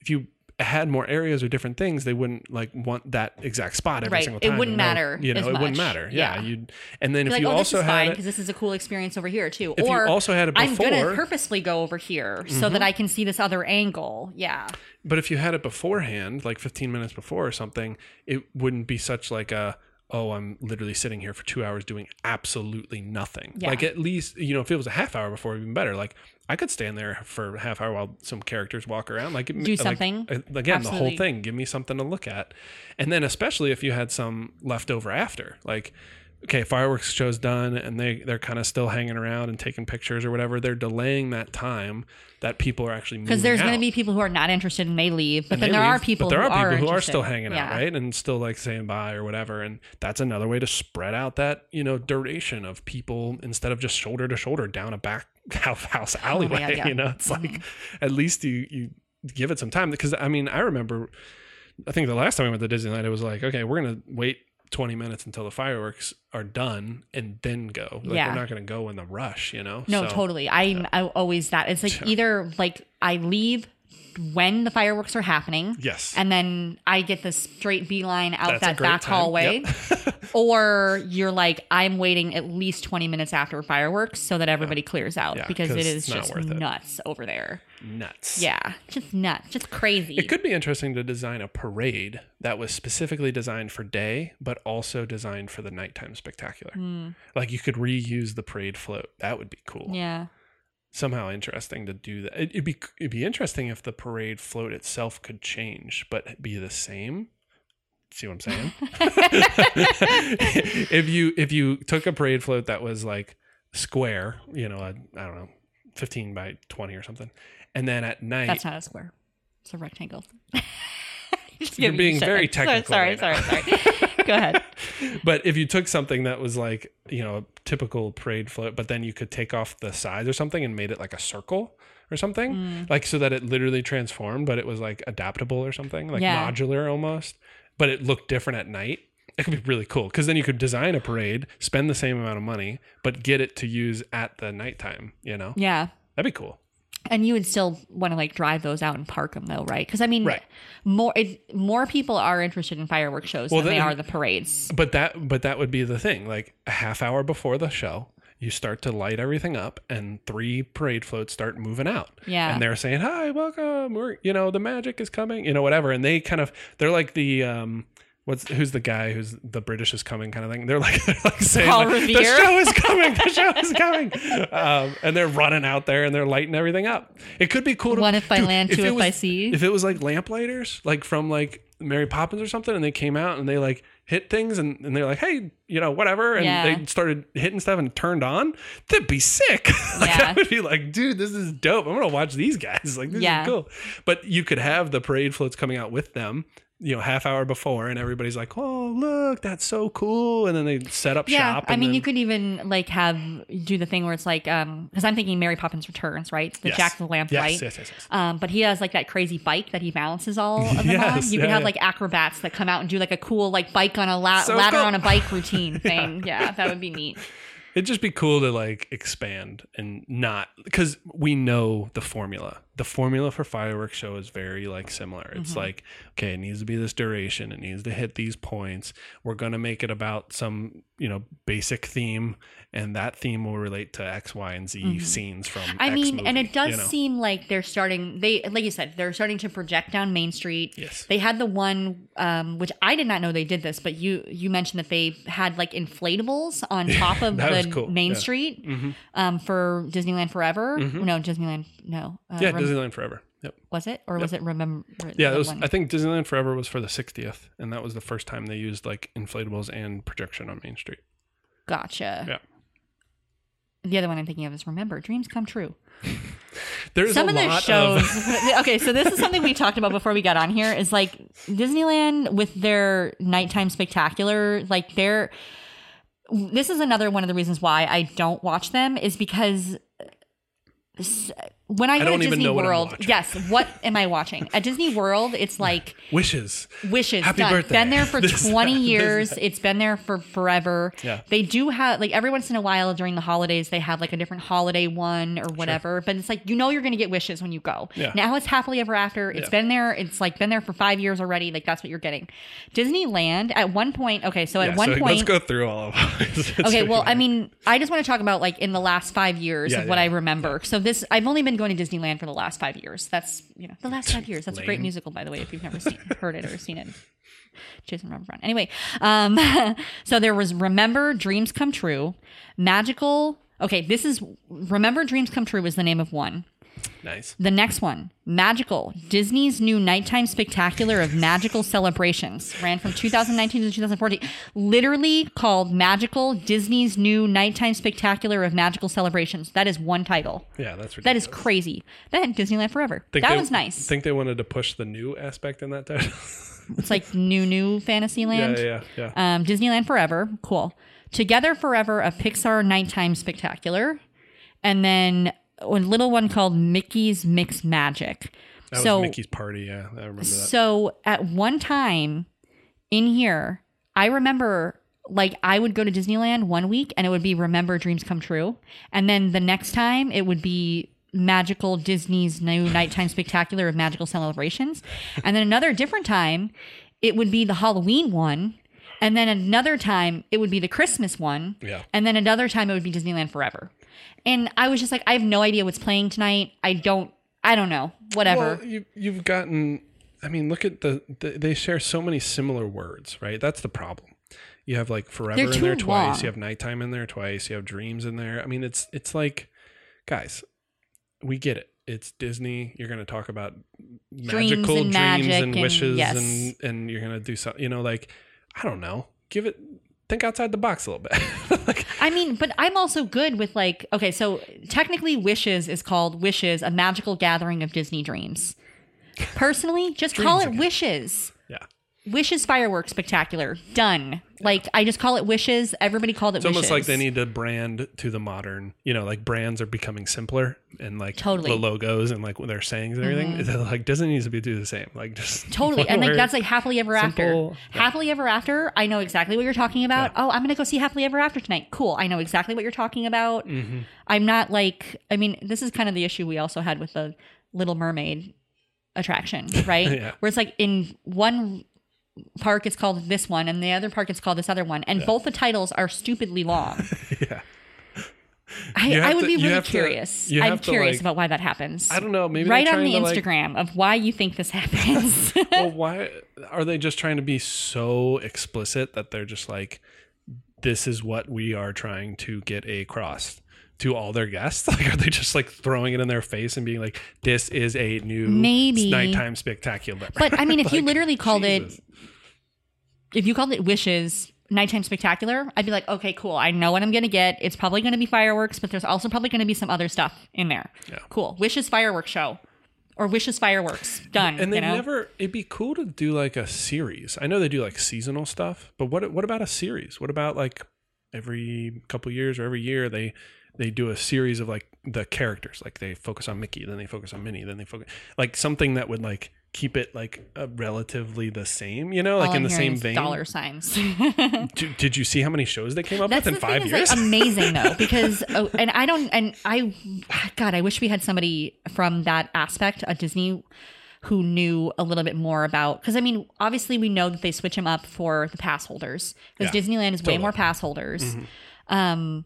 Speaker 1: if you had more areas or different things, they wouldn't like want that exact spot every
Speaker 2: Right.
Speaker 1: single
Speaker 2: It
Speaker 1: time.
Speaker 2: wouldn't
Speaker 1: you know?
Speaker 2: matter
Speaker 1: You know,
Speaker 2: as
Speaker 1: it wouldn't
Speaker 2: much.
Speaker 1: matter. Yeah,
Speaker 2: Yeah.
Speaker 1: you'd and then
Speaker 2: Be
Speaker 1: if
Speaker 2: like,
Speaker 1: you
Speaker 2: oh,
Speaker 1: also
Speaker 2: this is
Speaker 1: had
Speaker 2: fine
Speaker 1: it-
Speaker 2: because this is a cool experience over here too.
Speaker 1: if
Speaker 2: or
Speaker 1: you also had it
Speaker 2: I'm
Speaker 1: before, Mm-hmm.
Speaker 2: gonna purposely go over here so that I can see this other angle. Yeah,
Speaker 1: But if you had it beforehand, like 15 minutes before or something, it wouldn't be such like a oh, I'm literally sitting here for 2 hours doing absolutely nothing.
Speaker 2: Yeah.
Speaker 1: Like at least, you know, if it was a half hour before even better. Like I could stand there for a half hour while some characters walk around like uh,
Speaker 2: Do something.
Speaker 1: again, the whole
Speaker 2: Absolutely.
Speaker 1: thing, give me something to look at. And then especially if you had some left over after, like okay, fireworks show's done and they they're kind of still hanging around and taking pictures or whatever, they're delaying that time that people are actually
Speaker 2: because there's
Speaker 1: going
Speaker 2: gonna be people who are not interested and they leave, but then
Speaker 1: they
Speaker 2: there
Speaker 1: leave,
Speaker 2: are people
Speaker 1: but there
Speaker 2: who
Speaker 1: are people who are
Speaker 2: interested.
Speaker 1: still hanging
Speaker 2: yeah.
Speaker 1: out, right, and still like saying bye or whatever. And that's another way to spread out that you know duration of people instead of just shoulder to shoulder down a back (laughs) house, house alleyway. (laughs)
Speaker 2: God, Oh, yeah. Mm-hmm.
Speaker 1: You know, it's like at least you you give it some time because I mean I remember I think the last time I went to Disneyland it was like okay we're gonna wait 20 minutes until the fireworks are done and then go. Like,
Speaker 2: Yeah.
Speaker 1: We're not going to go in the rush, you know?
Speaker 2: No,
Speaker 1: So,
Speaker 2: totally. I'm, i always that. It's like
Speaker 1: Yeah.
Speaker 2: either like I leave when the fireworks are happening.
Speaker 1: Yes.
Speaker 2: And then I get the straight beeline out
Speaker 1: That's a
Speaker 2: that
Speaker 1: great
Speaker 2: back
Speaker 1: time.
Speaker 2: hallway.
Speaker 1: Yep. (laughs)
Speaker 2: or you're like, I'm waiting at least 20 minutes after fireworks so that everybody clears out
Speaker 1: Yeah,
Speaker 2: because
Speaker 1: 'cause
Speaker 2: it is
Speaker 1: it's not
Speaker 2: just
Speaker 1: worth it.
Speaker 2: nuts over there.
Speaker 1: Nuts.
Speaker 2: Yeah. Just nuts. Just crazy.
Speaker 1: It could be interesting to design a parade that was specifically designed for day, but also designed for the nighttime spectacular.
Speaker 2: Mm,
Speaker 1: Like you could reuse the parade float. That would be cool.
Speaker 2: yeah. Somehow
Speaker 1: interesting to do that. It, would be it'd be interesting if the parade float itself could change, but be the same. See what I'm
Speaker 2: (laughs)
Speaker 1: saying? if you if you took a parade float that was like square, you know, I, I don't know, 15 by 20 or something, and then at night
Speaker 2: That's not a square. It's a rectangle. (laughs) Just
Speaker 1: You're
Speaker 2: give me
Speaker 1: being
Speaker 2: shit.
Speaker 1: very
Speaker 2: (laughs) Sorry,
Speaker 1: technical
Speaker 2: Sorry,
Speaker 1: right
Speaker 2: sorry,
Speaker 1: now.
Speaker 2: sorry.
Speaker 1: (laughs)
Speaker 2: Go ahead.
Speaker 1: but if you took something that was like you know a typical parade float but then you could take off the sides or something and made it like a circle or something
Speaker 2: Mm.
Speaker 1: like so that it literally transformed but it was like adaptable or something like
Speaker 2: Yeah.
Speaker 1: modular almost but it looked different at night it could be really cool because then you could design a parade spend the same amount of money but get it to use at the nighttime you know
Speaker 2: Yeah.
Speaker 1: that'd be cool
Speaker 2: And you would still want to like drive those out and park them though, right? Because I mean,
Speaker 1: Right.
Speaker 2: more it, more people are interested in fireworks shows
Speaker 1: Well,
Speaker 2: than they
Speaker 1: then-
Speaker 2: are the parades.
Speaker 1: but that but that would be the thing like a half hour before the show you start to light everything up and three parade floats start moving out
Speaker 2: Yeah.
Speaker 1: and they're saying hi welcome we're you know the magic is coming you know whatever and they kind of they're like the um What's, who's the guy who's the British is coming kind of thing? They're like, (laughs) they're like saying,
Speaker 2: Paul
Speaker 1: like, the
Speaker 2: Revere?
Speaker 1: show is coming, the show
Speaker 2: (laughs)
Speaker 1: is coming. Um, and they're running out there and they're lighting everything up. It could be cool to
Speaker 2: One if by land, two
Speaker 1: it
Speaker 2: if
Speaker 1: was-
Speaker 2: by sea.
Speaker 1: If it was like lamplighters, like from like Mary Poppins or something, and they came out and they like hit things and, and they're like, hey, you know, whatever. And
Speaker 2: Yeah.
Speaker 1: they started hitting stuff and turned on, that'd be sick. (laughs) like,
Speaker 2: Yeah.
Speaker 1: I would be like, dude, this is dope. I'm going to watch these guys. (laughs) Like, this
Speaker 2: Yeah.
Speaker 1: is cool. But you could have the parade floats coming out with them. You know, half hour before, and everybody's like, "Oh, look, that's so cool!" And then they set up
Speaker 2: Yeah,
Speaker 1: shop.
Speaker 2: I
Speaker 1: and
Speaker 2: mean,
Speaker 1: then-
Speaker 2: you could even like have do the thing where it's like, um, because I'm thinking Mary Poppins Returns, right? The
Speaker 1: Yes.
Speaker 2: Jack the Lamp
Speaker 1: yes,
Speaker 2: light.
Speaker 1: yes, yes, yes.
Speaker 2: Um, but he has like that crazy bike that he balances all of them on.
Speaker 1: (laughs) Yes,
Speaker 2: You could
Speaker 1: yeah,
Speaker 2: have
Speaker 1: yeah.
Speaker 2: like acrobats that come out and do like a cool like bike on a la-
Speaker 1: So
Speaker 2: ladder
Speaker 1: cool.
Speaker 2: on a bike
Speaker 1: (laughs)
Speaker 2: routine thing. Yeah, that would be neat.
Speaker 1: It'd just be cool to like expand and not because we know the formula. The formula for fireworks show is very like similar. It's
Speaker 2: Mm-hmm.
Speaker 1: like, okay, it needs to be this duration, it needs to hit these points. We're gonna make it about some, you know, basic theme, and that theme will relate to X, Y, and Z scenes from
Speaker 2: Mm-hmm. I
Speaker 1: X
Speaker 2: mean, and
Speaker 1: movie,
Speaker 2: it does
Speaker 1: you know?
Speaker 2: seem like they're starting. They, like you said, they're starting to project down Main Street.
Speaker 1: Yes.
Speaker 2: They had the one, um, which I did not know they did this, but you you mentioned that they had like inflatables
Speaker 1: (laughs)
Speaker 2: on top of
Speaker 1: that was
Speaker 2: the
Speaker 1: cool,
Speaker 2: Main
Speaker 1: yeah.
Speaker 2: Street
Speaker 1: Mhm.
Speaker 2: um, for Disneyland Forever.
Speaker 1: Mhm.
Speaker 2: No, Disneyland. No. Uh,
Speaker 1: Yeah,
Speaker 2: Rem-
Speaker 1: Disneyland Forever. Yep.
Speaker 2: was it or was it Remember?
Speaker 1: Yeah, that was,
Speaker 2: one?
Speaker 1: I think Disneyland Forever was for the 60th, and that was the first time they used like inflatables and projection on Main Street.
Speaker 2: gotcha.
Speaker 1: Yeah.
Speaker 2: The other one I'm thinking of is Remember Dreams Come True.
Speaker 1: There's
Speaker 2: some
Speaker 1: a
Speaker 2: of
Speaker 1: lot
Speaker 2: the
Speaker 1: of
Speaker 2: shows (laughs) okay so this is something we talked about before we got on here is like disneyland with their nighttime spectacular like they're this is another one of the reasons why i don't watch them is because s- when i go
Speaker 1: don't
Speaker 2: to
Speaker 1: even
Speaker 2: disney
Speaker 1: know what I'm
Speaker 2: world
Speaker 1: watching.
Speaker 2: yes what am i watching at disney world it's like
Speaker 1: (laughs) wishes.
Speaker 2: wishes
Speaker 1: Happy
Speaker 2: done.
Speaker 1: birthday.
Speaker 2: been there for
Speaker 1: (laughs) This-
Speaker 2: 20
Speaker 1: this-
Speaker 2: years it's been there for forever
Speaker 1: Yeah.
Speaker 2: they do have like every once in a while during the holidays they have like a different holiday one or whatever but it's like you know you're gonna get wishes when you go
Speaker 1: Yeah.
Speaker 2: now it's happily ever after It's
Speaker 1: Yeah.
Speaker 2: been there it's like been there for five years already like that's what you're getting disneyland at one point okay so at
Speaker 1: Yeah,
Speaker 2: one
Speaker 1: so
Speaker 2: point
Speaker 1: let's go through all of them. (laughs)
Speaker 2: Okay, well, I mean, I just want to talk about like in the last five years
Speaker 1: Yeah,
Speaker 2: of what
Speaker 1: yeah,
Speaker 2: I remember. So this, I've only been going to Disneyland for the last five years. That's you know the last five years. That's a great
Speaker 1: Lame.
Speaker 2: musical, by the way, if you've never seen, heard it or seen it. Jason Robert Brown. Anyway, um, (laughs) so there was Remember Dreams Come True, Magical. Okay, this is Remember Dreams Come True was the name of one.
Speaker 1: nice.
Speaker 2: The next one, Magical, Disney's new nighttime spectacular of magical celebrations, ran from 2019 to 2014. Literally called Magical, Disney's new nighttime spectacular of magical celebrations. That is one title.
Speaker 1: Yeah, that's ridiculous.
Speaker 2: That is crazy. Then Disneyland Forever.
Speaker 1: Think
Speaker 2: that
Speaker 1: they-
Speaker 2: was nice.
Speaker 1: Think they wanted to push the new aspect in that title. (laughs)
Speaker 2: it's like new, new
Speaker 1: yeah,
Speaker 2: Fantasyland.
Speaker 1: yeah, yeah.
Speaker 2: Um, Disneyland Forever, cool. Together Forever, a Pixar nighttime spectacular, and then a little one called Mickey's Mix Magic.
Speaker 1: that
Speaker 2: so
Speaker 1: was Mickey's party. Yeah, I remember that.
Speaker 2: So at one time in here, I remember like I would go to Disneyland one week and it would be remember dreams come true. And then the next time it would be magical Disney's new nighttime spectacular of magical celebrations. And then another different time it would be the Halloween one. And then another time it would be the Christmas one.
Speaker 1: Yeah.
Speaker 2: And then another time it would be Disneyland forever. And I was just like, I have no idea what's playing tonight. I don't I don't know. Whatever.
Speaker 1: Well, you, you've gotten. I mean, look at the, the. They share so many similar words, right? That's the problem. You have like forever
Speaker 2: They're
Speaker 1: in there
Speaker 2: too
Speaker 1: twice.
Speaker 2: long.
Speaker 1: You have nighttime in there twice. You have dreams in there. I mean, it's it's like, guys, we get it. It's Disney. You're going to talk about magical
Speaker 2: and
Speaker 1: dreams
Speaker 2: magic
Speaker 1: and,
Speaker 2: and-
Speaker 1: wishes,
Speaker 2: yes.
Speaker 1: and and you're going to do something. You know, like I don't know. Give it. Think outside the box a little bit. (laughs) like,
Speaker 2: I mean, but I'm also good with like, okay, so technically Wishes is called Wishes, a magical gathering of Disney dreams. Personally, just call
Speaker 1: Dreams
Speaker 2: it
Speaker 1: again.
Speaker 2: Wishes.
Speaker 1: yeah,
Speaker 2: Wishes fireworks spectacular. Done. Like I just call it Wishes. Everybody called it
Speaker 1: it's almost like they need to brand to the modern. You know, like brands are becoming simpler and like
Speaker 2: Totally. Mm-hmm.
Speaker 1: the logos and like their sayings and everything. It, like doesn't need to be do the same. Like just (laughs)
Speaker 2: Totally.
Speaker 1: one
Speaker 2: And like
Speaker 1: word.
Speaker 2: that's like happily ever
Speaker 1: Simple.
Speaker 2: after. Happily ever after, I know exactly what you're talking about. Oh, I'm gonna go see happily ever after tonight. Cool. I know exactly what you're talking about.
Speaker 1: Mm-hmm.
Speaker 2: I'm not like I mean, this is kind of the issue we also had with the Little Mermaid
Speaker 1: (laughs)
Speaker 2: attraction, right?
Speaker 1: Yeah.
Speaker 2: Where it's like in one park it's called this one and the other park it's called this other one. And both the titles are
Speaker 1: (laughs)
Speaker 2: stupidly long.
Speaker 1: yeah.
Speaker 2: I,
Speaker 1: You have
Speaker 2: I would
Speaker 1: to-
Speaker 2: be
Speaker 1: you
Speaker 2: really
Speaker 1: have to-
Speaker 2: curious.
Speaker 1: you
Speaker 2: I'm
Speaker 1: have to,
Speaker 2: curious
Speaker 1: like-
Speaker 2: about why that happens.
Speaker 1: I don't know. Maybe
Speaker 2: Right
Speaker 1: they're
Speaker 2: on the
Speaker 1: trying to, like-
Speaker 2: Instagram of why you think this happens.
Speaker 1: (laughs) well, why are they just trying to be so explicit that they're just like, this is what we are trying to get across to all their guests? (laughs) Like, are they just like throwing it in their face and being like, this is a new
Speaker 2: Maybe.
Speaker 1: nighttime spectacular?
Speaker 2: But
Speaker 1: (laughs)
Speaker 2: I mean, if you
Speaker 1: Like,
Speaker 2: literally called
Speaker 1: Jesus.
Speaker 2: it, if you called it Wishes Nighttime Spectacular, I'd be like, okay, cool. I know what I'm going to get. It's probably going to be fireworks, but there's also probably going to be some other stuff in there.
Speaker 1: Yeah.
Speaker 2: Cool. Wishes Fireworks Show or Wishes Fireworks. Done.
Speaker 1: And they
Speaker 2: you know?
Speaker 1: never. It'd be cool to do like a series. I know they do like seasonal stuff, but what what about a series? What about like every couple years or every year they they do a series of like the characters. Like they focus on Mickey, then they focus on Minnie, then they focus like something that would like keep it like uh, relatively the same. You know, like
Speaker 2: All
Speaker 1: in the
Speaker 2: I'm hearing
Speaker 1: same
Speaker 2: is
Speaker 1: vein.
Speaker 2: dollar signs. (laughs)
Speaker 1: Did, did you see how many shows they came up
Speaker 2: That's
Speaker 1: with
Speaker 2: the
Speaker 1: in five
Speaker 2: thing
Speaker 1: years? (laughs)
Speaker 2: is like um amazing though because oh, and I don't and I God I wish we had somebody from that aspect at Disney who knew a little bit more about because I mean obviously we know that they switch them up for the pass holders because
Speaker 1: Yeah,
Speaker 2: Disneyland is
Speaker 1: totally.
Speaker 2: way
Speaker 1: Mm-hmm.
Speaker 2: more pass holders. Um,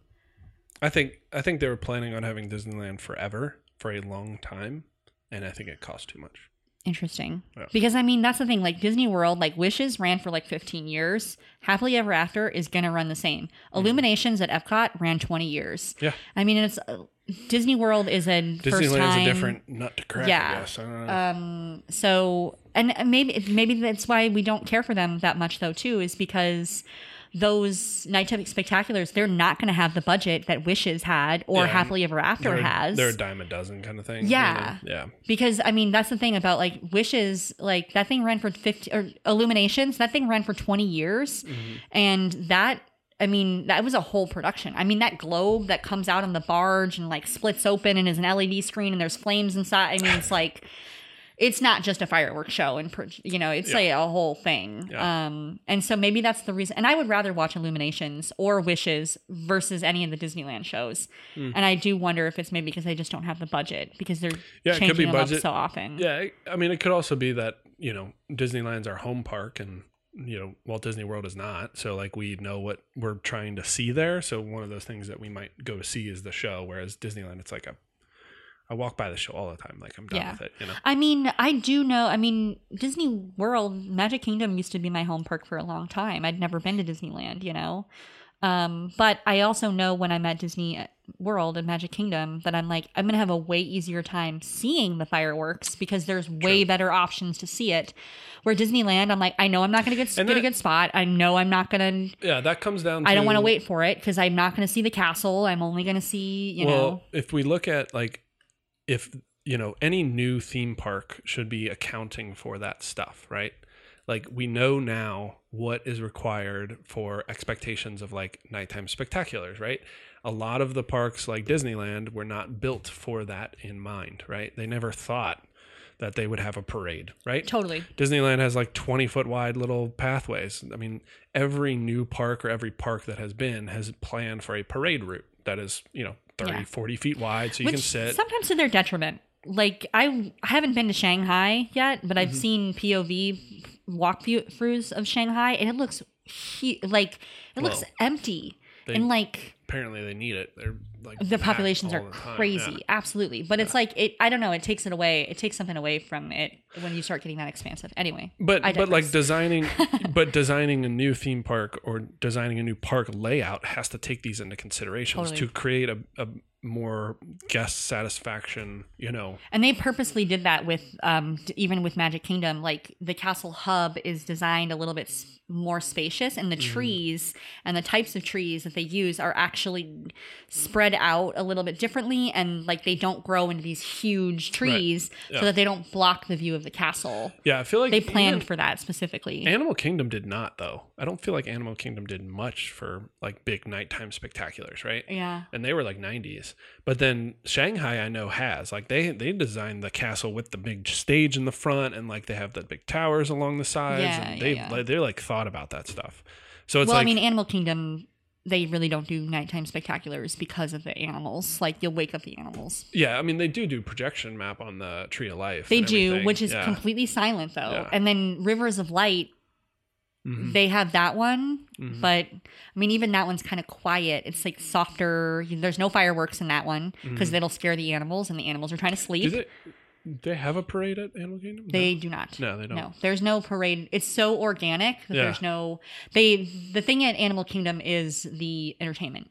Speaker 1: I think I think they were planning on having Disneyland forever for a long time, and I think it cost too much.
Speaker 2: interesting
Speaker 1: Yeah.
Speaker 2: because I mean that's the thing like Disney World like Wishes ran for like 15 years. Happily Ever After is gonna run the same.
Speaker 1: Mm-hmm.
Speaker 2: Illuminations at Epcot ran 20 years.
Speaker 1: Yeah.
Speaker 2: I mean it's. uh, Disney World is a first
Speaker 1: Disneyland's
Speaker 2: time.
Speaker 1: a different nut to crack.
Speaker 2: Yeah.
Speaker 1: I guess. I don't know.
Speaker 2: um so and maybe maybe that's why we don't care for them that much though too is because those nighttime spectaculars they're not going to have the budget that wishes had or
Speaker 1: Yeah,
Speaker 2: happily ever after
Speaker 1: they're,
Speaker 2: has
Speaker 1: they're a dime a dozen kind of thing.
Speaker 2: Yeah.
Speaker 1: really. yeah.
Speaker 2: because i mean that's the thing about like wishes like that thing ran for 50 or illuminations that thing ran for 20 years and that i mean that was a whole production i mean that globe that comes out on the barge and like splits open and is an led screen and there's flames inside i mean
Speaker 1: (laughs)
Speaker 2: it's like it's not just a fireworks show and per- you know it's
Speaker 1: Yeah.
Speaker 2: like a whole thing
Speaker 1: Yeah.
Speaker 2: um and so maybe that's the reason and i would rather watch illuminations or wishes versus any of the disneyland shows
Speaker 1: Hmm.
Speaker 2: and i do wonder if it's maybe because they just don't have the budget because they're
Speaker 1: Yeah, it could
Speaker 2: changing
Speaker 1: be
Speaker 2: them
Speaker 1: budget.
Speaker 2: up so often
Speaker 1: Yeah, I- I mean, it could also be that you know Disneyland's our home park, and you know Walt Disney World is not. So like we know what we're trying to see there. So one of those things that we might go to see is the show, whereas Disneyland, it's like a I walk by the show all the time. Like I'm done
Speaker 2: Yeah.
Speaker 1: with it. You know.
Speaker 2: I mean, I do know. I mean, Disney World, Magic Kingdom used to be my home park for a long time. I'd never been to Disneyland, you know. Um, but I also know when I'm at Disney uh, World and Magic Kingdom that I'm like, I'm going to have a way easier time seeing the fireworks because there's way
Speaker 1: True.
Speaker 2: better options to see it. Where Disneyland, I'm like, I know I'm not going to get,
Speaker 1: And
Speaker 2: get a
Speaker 1: that-
Speaker 2: good spot. I know I'm not going to,
Speaker 1: Yeah, that comes down. to...
Speaker 2: I don't want to wait for it because I'm not going to see the castle. I'm only going to see, you know.
Speaker 1: if we look at like if you know any new theme park should be accounting for that stuff, right? Like we know now what is required for expectations of like nighttime spectaculars, right? A lot of the parks like Disneyland were not built for that in mind, right? They never thought that they would have a parade, right?
Speaker 2: Totally.
Speaker 1: Disneyland has like 20 foot wide little pathways. I mean, every new park or every park that has been has planned for a parade route that is, you know, 30,
Speaker 2: Yeah.
Speaker 1: 40 feet wide so you
Speaker 2: Which
Speaker 1: can sit.
Speaker 2: sometimes to their detriment. Like I, I haven't been to Shanghai yet, but I've
Speaker 1: Mm-hmm.
Speaker 2: seen POV walk view- throughs of Shanghai, and it looks hu- like it looks
Speaker 1: Well,
Speaker 2: empty
Speaker 1: they-
Speaker 2: and like
Speaker 1: Apparently they need it. They're like
Speaker 2: the
Speaker 1: packed
Speaker 2: populations
Speaker 1: all
Speaker 2: are
Speaker 1: the time.
Speaker 2: crazy,
Speaker 1: Yeah.
Speaker 2: absolutely. But it's like it. I don't know. It takes it away. It takes something away from it when you start getting that expansive. Anyway,
Speaker 1: But
Speaker 2: I
Speaker 1: but like
Speaker 2: digress. (laughs)
Speaker 1: designing but designing a new theme park or designing a new park layout has to take these into considerations
Speaker 2: Totally.
Speaker 1: to create a, a more guest satisfaction, you know,
Speaker 2: And they purposely did that with um, d- even with Magic Kingdom. Like the castle hub is designed a little bit s- more spacious, and the
Speaker 1: Mm.
Speaker 2: trees and the types of trees that they use are actually spread out a little bit differently, and like they don't grow into these huge trees
Speaker 1: Yeah.
Speaker 2: so that they don't block the view of the castle.
Speaker 1: Yeah, I feel like
Speaker 2: They planned
Speaker 1: An-
Speaker 2: for that specifically.
Speaker 1: Animal Kingdom did not though. I don't feel like Animal Kingdom did much for like big nighttime spectaculars, right?
Speaker 2: yeah.
Speaker 1: And they were like 90s. But then Shanghai I know has. Like they they designed the castle with the big stage in the front and like they have the big towers along the sides
Speaker 2: Yeah,
Speaker 1: and
Speaker 2: yeah,
Speaker 1: they
Speaker 2: yeah.
Speaker 1: like, they're like thought about that stuff. So it's
Speaker 2: well,
Speaker 1: like
Speaker 2: I mean, Animal Kingdom. They really don't do nighttime spectaculars because of the animals. Like you'll wake up the animals.
Speaker 1: yeah, I mean they do do projection map on the Tree of Life.
Speaker 2: They
Speaker 1: and
Speaker 2: do,
Speaker 1: everything.
Speaker 2: which is
Speaker 1: Yeah.
Speaker 2: completely silent though.
Speaker 1: Yeah.
Speaker 2: And then Rivers of Light,
Speaker 1: Mhm.
Speaker 2: they have that one,
Speaker 1: Mhm.
Speaker 2: but I mean, even that one's kind of quiet. It's like softer. There's no fireworks in that one because that'll scare the animals, and the animals are trying to
Speaker 1: Mm-hmm. do
Speaker 2: sleep.
Speaker 1: they do they have a parade at Animal Kingdom? No.
Speaker 2: They do not.
Speaker 1: No, they don't.
Speaker 2: No, there's no parade. It's so organic that
Speaker 1: Yeah.
Speaker 2: there's no. They the thing at Animal Kingdom is the entertainment.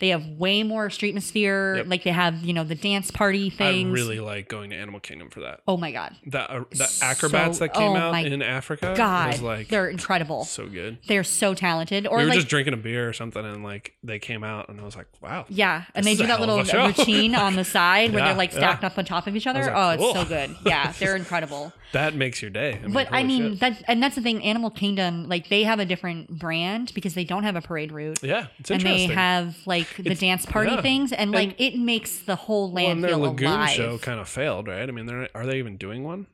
Speaker 2: They have way more street atmosphere.
Speaker 1: Yep.
Speaker 2: Like they have you know the dance party things.
Speaker 1: I really like going to Animal Kingdom for that.
Speaker 2: Oh my god,
Speaker 1: the uh, the
Speaker 2: So-
Speaker 1: acrobats that came
Speaker 2: oh
Speaker 1: out
Speaker 2: my
Speaker 1: in Africa
Speaker 2: God,
Speaker 1: was like
Speaker 2: they're incredible.
Speaker 1: so good.
Speaker 2: They're so talented. Or
Speaker 1: we were
Speaker 2: like
Speaker 1: just drinking a beer or something, and like they came out, and I was like, wow.
Speaker 2: Yeah,
Speaker 1: This
Speaker 2: and they
Speaker 1: is
Speaker 2: do
Speaker 1: a
Speaker 2: that
Speaker 1: hell
Speaker 2: little
Speaker 1: of a show. (laughs)
Speaker 2: routine on the side where
Speaker 1: Yeah,
Speaker 2: they're like stacked up on top of each other.
Speaker 1: was like,
Speaker 2: oh, it's
Speaker 1: "Cool." (laughs)
Speaker 2: so good. Yeah, they're incredible.
Speaker 1: That makes your day. I mean,
Speaker 2: but I
Speaker 1: holy
Speaker 2: mean
Speaker 1: shit.
Speaker 2: that, and that's the thing. Animal Kingdom, like they have a different brand because they don't have a parade route,
Speaker 1: yeah, it's
Speaker 2: and they
Speaker 1: interesting.
Speaker 2: have like the
Speaker 1: It's-
Speaker 2: dance party
Speaker 1: yeah.
Speaker 2: things, and like it makes the whole
Speaker 1: well,
Speaker 2: land
Speaker 1: and their
Speaker 2: feel
Speaker 1: lagoon
Speaker 2: alive.
Speaker 1: show kind of failed, right? I mean, they're, are they even doing one?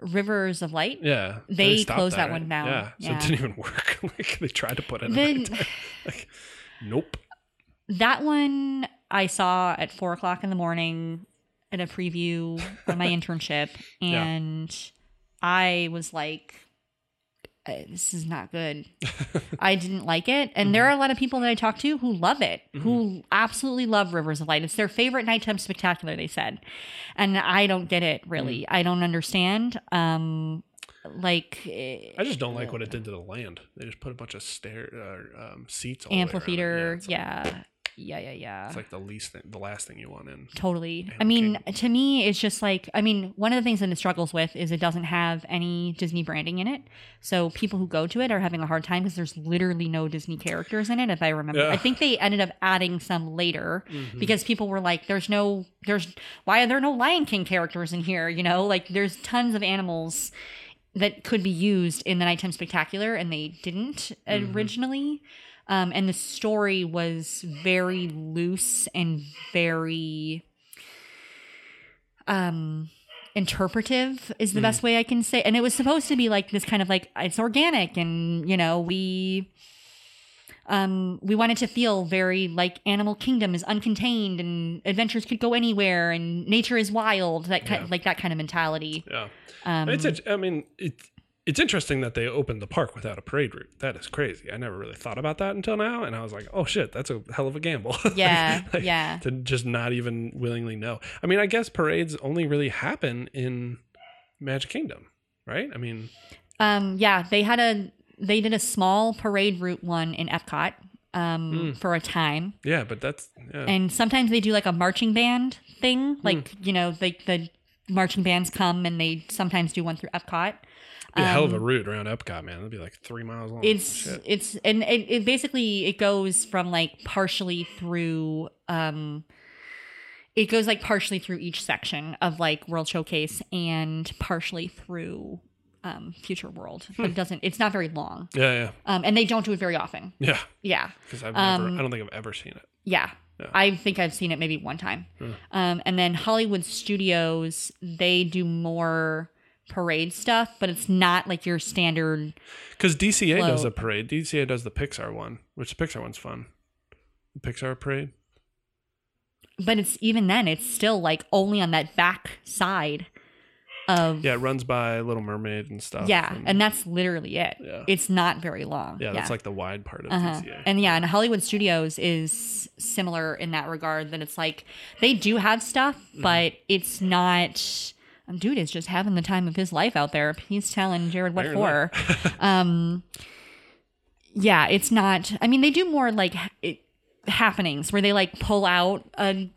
Speaker 2: Rivers of Light.
Speaker 1: Yeah,
Speaker 2: They
Speaker 1: stopped
Speaker 2: closed that
Speaker 1: right?
Speaker 2: one down.
Speaker 1: Yeah, so
Speaker 2: Yeah.
Speaker 1: it didn't even (laughs) work. like they tried to put it. in (laughs)
Speaker 2: Then
Speaker 1: there. like, nope.
Speaker 2: that one I saw at four o'clock in the morning at a preview
Speaker 1: (laughs)
Speaker 2: on my internship,
Speaker 1: Yeah.
Speaker 2: and I was like, "Uh, "This is not
Speaker 1: (laughs)
Speaker 2: good." I didn't like it, and
Speaker 1: Mm-hmm.
Speaker 2: there are a lot of people that I talk to who love it, who absolutely love Rivers of Light. It's their favorite nighttime spectacular. They said, and I don't get
Speaker 1: Mm-hmm.
Speaker 2: it really. I don't understand. Um, like eh,
Speaker 1: I just don't like what it did to the land. They just put a bunch of stair uh, um, seats, all the way around it. Yeah,
Speaker 2: eh, amphitheater,
Speaker 1: it's like-
Speaker 2: yeah, yeah, yeah, yeah.
Speaker 1: it's like the least, thing, the last thing you want in.
Speaker 2: Totally. I
Speaker 1: Animal
Speaker 2: mean, to me, it's just like, I mean, one of the things that it struggles with is it doesn't have any Disney branding in it. So people who go to it are having a hard time because there's literally no Disney characters in it, if I remember.
Speaker 1: Yeah.
Speaker 2: I think they ended up adding some later
Speaker 1: Mhm.
Speaker 2: because people were like, there's no, there's, why are there no Lion King characters in here? You know, like there's tons of animals that could be used in the Nighttime Spectacular, and they didn't
Speaker 1: Mhm.
Speaker 2: originally. Um, and the story was very loose and very um interpretive is the
Speaker 1: Mm.
Speaker 2: best way I can say. And it was supposed to be like this kind of like it's organic and you know, we um we wanted to feel very like animal kingdom is uncontained and adventures could go anywhere and nature is wild that kind
Speaker 1: Yeah.
Speaker 2: like that kind of mentality.
Speaker 1: Yeah.
Speaker 2: Um
Speaker 1: It's int- I mean, it's it's interesting that they opened the park without a parade route. That is crazy. I never really thought about that until now, and I was like, oh shit, that's a hell of a gamble. (laughs)
Speaker 2: (laughs) yeah,
Speaker 1: Like,
Speaker 2: yeah.
Speaker 1: To just not even willingly know. I mean, I guess parades only really happen in Magic Kingdom, right? I mean,
Speaker 2: Um yeah, they had a they did a small parade route one in Epcot um
Speaker 1: Hmm.
Speaker 2: for a time.
Speaker 1: yeah, but that's yeah.
Speaker 2: and sometimes they do like a marching band thing like you know like the marching bands come and they sometimes do one through epcot
Speaker 1: be a hell of a route around Epcot, man. It'd be like three miles long.
Speaker 2: um, it's
Speaker 1: Shit.
Speaker 2: it's and it, it basically it goes from like partially through um it goes like partially through each section of like world showcase and partially through um future world but it doesn't it's not very long
Speaker 1: yeah, yeah,
Speaker 2: um and they don't do it very often
Speaker 1: yeah.
Speaker 2: yeah
Speaker 1: Because I've
Speaker 2: Um,
Speaker 1: never, I don't think I've ever seen it.
Speaker 2: Yeah. I think I've seen it maybe one time.
Speaker 1: Huh.
Speaker 2: Um, and then Hollywood Studios, they do more parade stuff, but it's not like your standard.
Speaker 1: Because DCA does
Speaker 2: Float.
Speaker 1: a parade. DCA does the Pixar one, which the Pixar one's fun. The Pixar parade.
Speaker 2: But it's even then, it's still like only on that back side of
Speaker 1: Yeah, it runs by Little Mermaid and stuff.
Speaker 2: yeah, and that's literally it.
Speaker 1: Yeah.
Speaker 2: It's not very long.
Speaker 1: yeah, that's like the wide part of
Speaker 2: Uh-huh.
Speaker 1: DCA.
Speaker 2: And yeah, and Hollywood Studios is similar in that regard that it's like they do have stuff,
Speaker 1: Mm-hmm.
Speaker 2: but it's not. Um, dude is just having the time of his life out there. He's telling Jared what for.
Speaker 1: Apparently.
Speaker 2: (laughs)
Speaker 1: (laughs)
Speaker 2: um, yeah, it's not. I mean, they do more like ha- it, happenings where they like pull out a,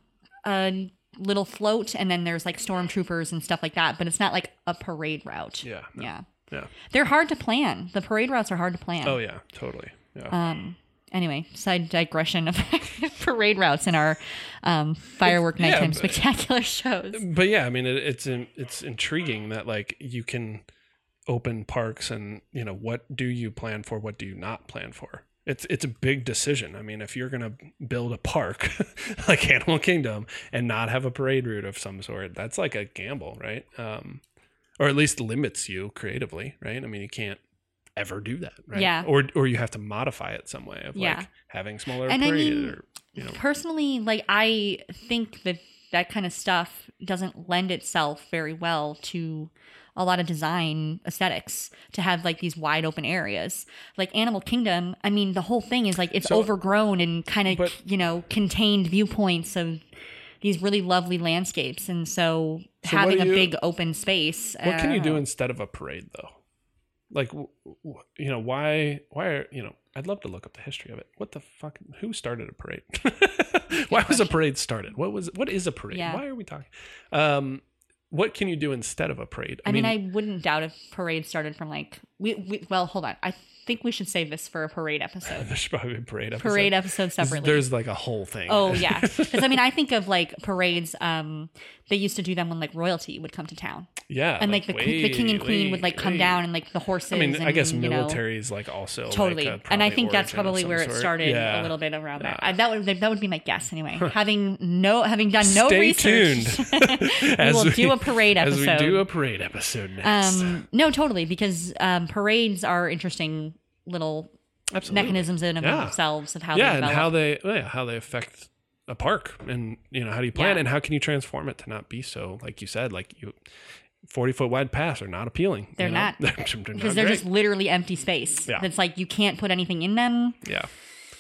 Speaker 2: a little float and then there's like stormtroopers and stuff like that, but it's not like a parade route.
Speaker 1: yeah. no,
Speaker 2: Yeah.
Speaker 1: Yeah.
Speaker 2: They're hard to plan. The parade routes are hard to plan.
Speaker 1: Oh yeah, totally. Yeah.
Speaker 2: Um, anyway, side digression of (laughs) parade routes in our um, firework
Speaker 1: Yeah,
Speaker 2: nighttime
Speaker 1: but-
Speaker 2: spectacular shows.
Speaker 1: but yeah, I mean, it, it's in, it's intriguing that like you can open parks and you know what do you plan for, what do you not plan for. It's it's a big decision. I mean, if you're gonna build a park (laughs) like Animal Kingdom and not have a parade route of some sort, that's like a gamble, right? Um, or at least limits you creatively, right? I mean, you can't ever do that, right?
Speaker 2: Yeah.
Speaker 1: Or or you have to modify it some way of
Speaker 2: Yeah.
Speaker 1: like having smaller
Speaker 2: And I
Speaker 1: parade
Speaker 2: mean,
Speaker 1: or you know
Speaker 2: Personally, like I think that that kind of stuff doesn't lend itself very well to a lot of design aesthetics to have like these wide open areas. Like Animal Kingdom, I mean, the whole thing is like it's
Speaker 1: So-
Speaker 2: overgrown and kind of
Speaker 1: but-
Speaker 2: you know contained viewpoints of these really lovely landscapes, and so,
Speaker 1: So what
Speaker 2: having
Speaker 1: do
Speaker 2: a
Speaker 1: you-
Speaker 2: big open space.
Speaker 1: What can you
Speaker 2: uh,
Speaker 1: do instead of a parade, though? Like, w- w- you know, why? Why are you know? I'd love to look up the history of it. What the fuck? Who started a parade? (laughs) why was a
Speaker 2: question.
Speaker 1: parade started? What was? What is a parade?
Speaker 2: Yeah.
Speaker 1: Why are we talking? Um, what can you do instead of a parade?
Speaker 2: I mean, I wouldn't doubt if parade started from like we, we. Well, hold on. I think we should save this for a parade
Speaker 1: (laughs)
Speaker 2: episode.
Speaker 1: there should probably be a parade. Episode.
Speaker 2: Parade episode
Speaker 1: This-
Speaker 2: separately.
Speaker 1: There's like a whole thing. (laughs)
Speaker 2: oh yeah, because I mean, I think of like parades. Um, they used to do them when like royalty would come to town,
Speaker 1: yeah.
Speaker 2: and like, the the king and
Speaker 1: way,
Speaker 2: queen
Speaker 1: way,
Speaker 2: would like come
Speaker 1: way.
Speaker 2: down and like the horses.
Speaker 1: I mean,
Speaker 2: and,
Speaker 1: I guess
Speaker 2: you know,
Speaker 1: military is like also like,
Speaker 2: Totally,
Speaker 1: a
Speaker 2: and I
Speaker 1: probably
Speaker 2: think that's
Speaker 1: origin of
Speaker 2: probably
Speaker 1: some
Speaker 2: where it
Speaker 1: sort.
Speaker 2: started
Speaker 1: Yeah.
Speaker 2: a
Speaker 1: (laughs)
Speaker 2: little bit around that.
Speaker 1: Yeah.
Speaker 2: I, that would that would be my guess anyway. Having no having done no
Speaker 1: Stay
Speaker 2: research,
Speaker 1: tuned.
Speaker 2: we
Speaker 1: As
Speaker 2: will
Speaker 1: we-
Speaker 2: do a
Speaker 1: (laughs)
Speaker 2: parade
Speaker 1: As
Speaker 2: episode.
Speaker 1: we do a parade episode next. (laughs)
Speaker 2: (laughs) Um, no, totally, because um, parades are interesting little
Speaker 1: Absolutely.
Speaker 2: mechanisms in and of
Speaker 1: Yeah.
Speaker 2: themselves of how
Speaker 1: yeah,
Speaker 2: they
Speaker 1: and
Speaker 2: develop.
Speaker 1: how they well, yeah, how they affect a park, and you know how do you plan,
Speaker 2: Yeah.
Speaker 1: and how can you transform it to not be so like you said, like you forty foot wide paths are not appealing.
Speaker 2: They're
Speaker 1: you know?
Speaker 2: not.
Speaker 1: (laughs) they're, they're
Speaker 2: because
Speaker 1: not
Speaker 2: they're
Speaker 1: great.
Speaker 2: just literally empty space.
Speaker 1: Yeah.
Speaker 2: That's like you can't put anything in them.
Speaker 1: yeah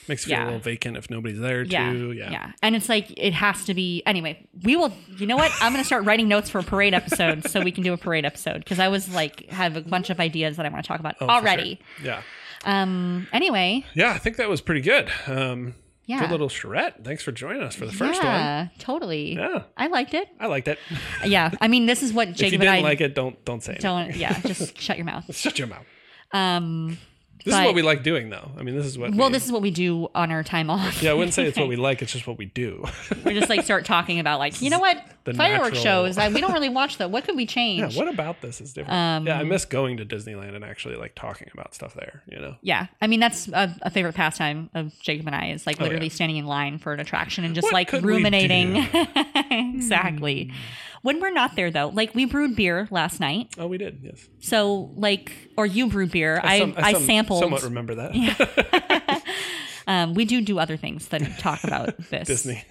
Speaker 1: makes you feel
Speaker 2: Yeah.
Speaker 1: a little vacant if nobody's there
Speaker 2: Yeah,
Speaker 1: too. Yeah,
Speaker 2: And it's like it has to be anyway. We will. You know what? I'm gonna start writing notes for a parade episode so we can do a parade episode because I was like have a bunch of ideas that I want to talk about
Speaker 1: Oh, for sure.
Speaker 2: already.
Speaker 1: yeah,
Speaker 2: Um. Anyway.
Speaker 1: yeah. I think that was pretty good. Um,
Speaker 2: Yeah.
Speaker 1: good little charrette. Thanks for joining us for the first one.
Speaker 2: yeah. Totally.
Speaker 1: Yeah,
Speaker 2: I liked it.
Speaker 1: I liked it. (laughs)
Speaker 2: Yeah. I mean, this is what
Speaker 1: if you
Speaker 2: Jacob
Speaker 1: didn't
Speaker 2: and I
Speaker 1: like it, don't don't say anything.
Speaker 2: don't. Yeah. Just shut your mouth.
Speaker 1: (laughs) Shut your mouth.
Speaker 2: Um.
Speaker 1: This is
Speaker 2: But-
Speaker 1: what we like doing, though. I mean, this is what.
Speaker 2: Well,
Speaker 1: we-
Speaker 2: this is what we do on our time off.
Speaker 1: Yeah, I wouldn't say
Speaker 2: (laughs)
Speaker 1: it's what we like. It's just what we do.
Speaker 2: we just like start talking about like you know what
Speaker 1: (laughs) The
Speaker 2: fireworks
Speaker 1: natural-
Speaker 2: shows I, we don't really watch though what could we
Speaker 1: Yeah,
Speaker 2: change
Speaker 1: (laughs) what about this is different?
Speaker 2: Um,
Speaker 1: yeah, I miss going to Disneyland and actually like talking about stuff there. You know,
Speaker 2: Yeah. I mean that's a, a favorite pastime of Jacob and I is like
Speaker 1: Oh, yeah.
Speaker 2: literally standing in line for an attraction and just
Speaker 1: What
Speaker 2: like
Speaker 1: could we
Speaker 2: ruminating
Speaker 1: do?
Speaker 2: (laughs)
Speaker 1: Hmm.
Speaker 2: exactly when we're not there though like we brewed beer last night
Speaker 1: oh, we did, yes.
Speaker 2: so like or you brewed beer I,
Speaker 1: some-
Speaker 2: I,
Speaker 1: some-
Speaker 2: sampled
Speaker 1: Somewhat remember that
Speaker 2: um, we do do other things than
Speaker 1: (laughs)
Speaker 2: talk about
Speaker 1: (laughs)
Speaker 2: this
Speaker 1: Disney.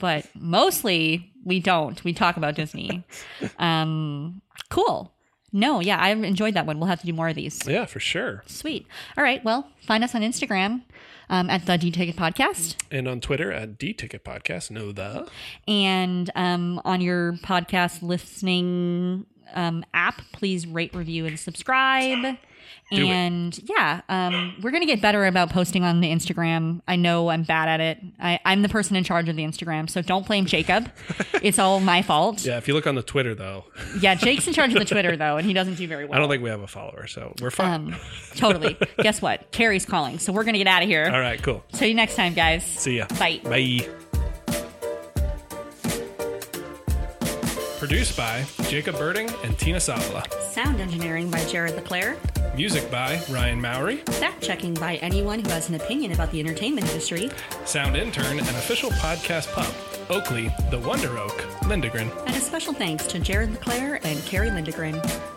Speaker 2: but mostly we don't. We talk
Speaker 1: (laughs)
Speaker 2: about Disney. um, cool. No, yeah, I enjoyed that one. We'll have to do more of these.
Speaker 1: yeah, for sure.
Speaker 2: Sweet. All right. Well, find us on Instagram um, at the Do You Take It Podcast
Speaker 1: And on Twitter at D Ticket Podcast. No, the
Speaker 2: and um, on your podcast listening um, app. Please rate, review, and subscribe.
Speaker 1: Do it.
Speaker 2: and yeah, um, we're gonna get better about posting on the Instagram. I know I'm bad at it. I, I'm the person in charge of the Instagram, so don't blame
Speaker 1: (laughs)
Speaker 2: Jacob. it's all my fault.
Speaker 1: yeah. If you look on the Twitter though,
Speaker 2: Yeah, Jake's in charge of the Twitter though, and he doesn't do very well.
Speaker 1: I don't think we have a follower, so we're fine.
Speaker 2: um, totally. Guess what? Carrie's calling, so we're gonna get out of here.
Speaker 1: (laughs) All right, cool.
Speaker 2: See you next time, guys.
Speaker 1: See ya.
Speaker 2: Bye.
Speaker 1: Bye. Produced by Jacob Birding and Tina Savola.
Speaker 2: Sound engineering by Jared LeClaire.
Speaker 1: Music by Ryan Mowry.
Speaker 2: Fact checking by anyone who has an opinion about the entertainment industry.
Speaker 1: Sound intern and official podcast pump, Oakley, The Wonder Oak, Lindegren.
Speaker 2: And a special thanks to Jared LeClaire and Carrie Lindegren.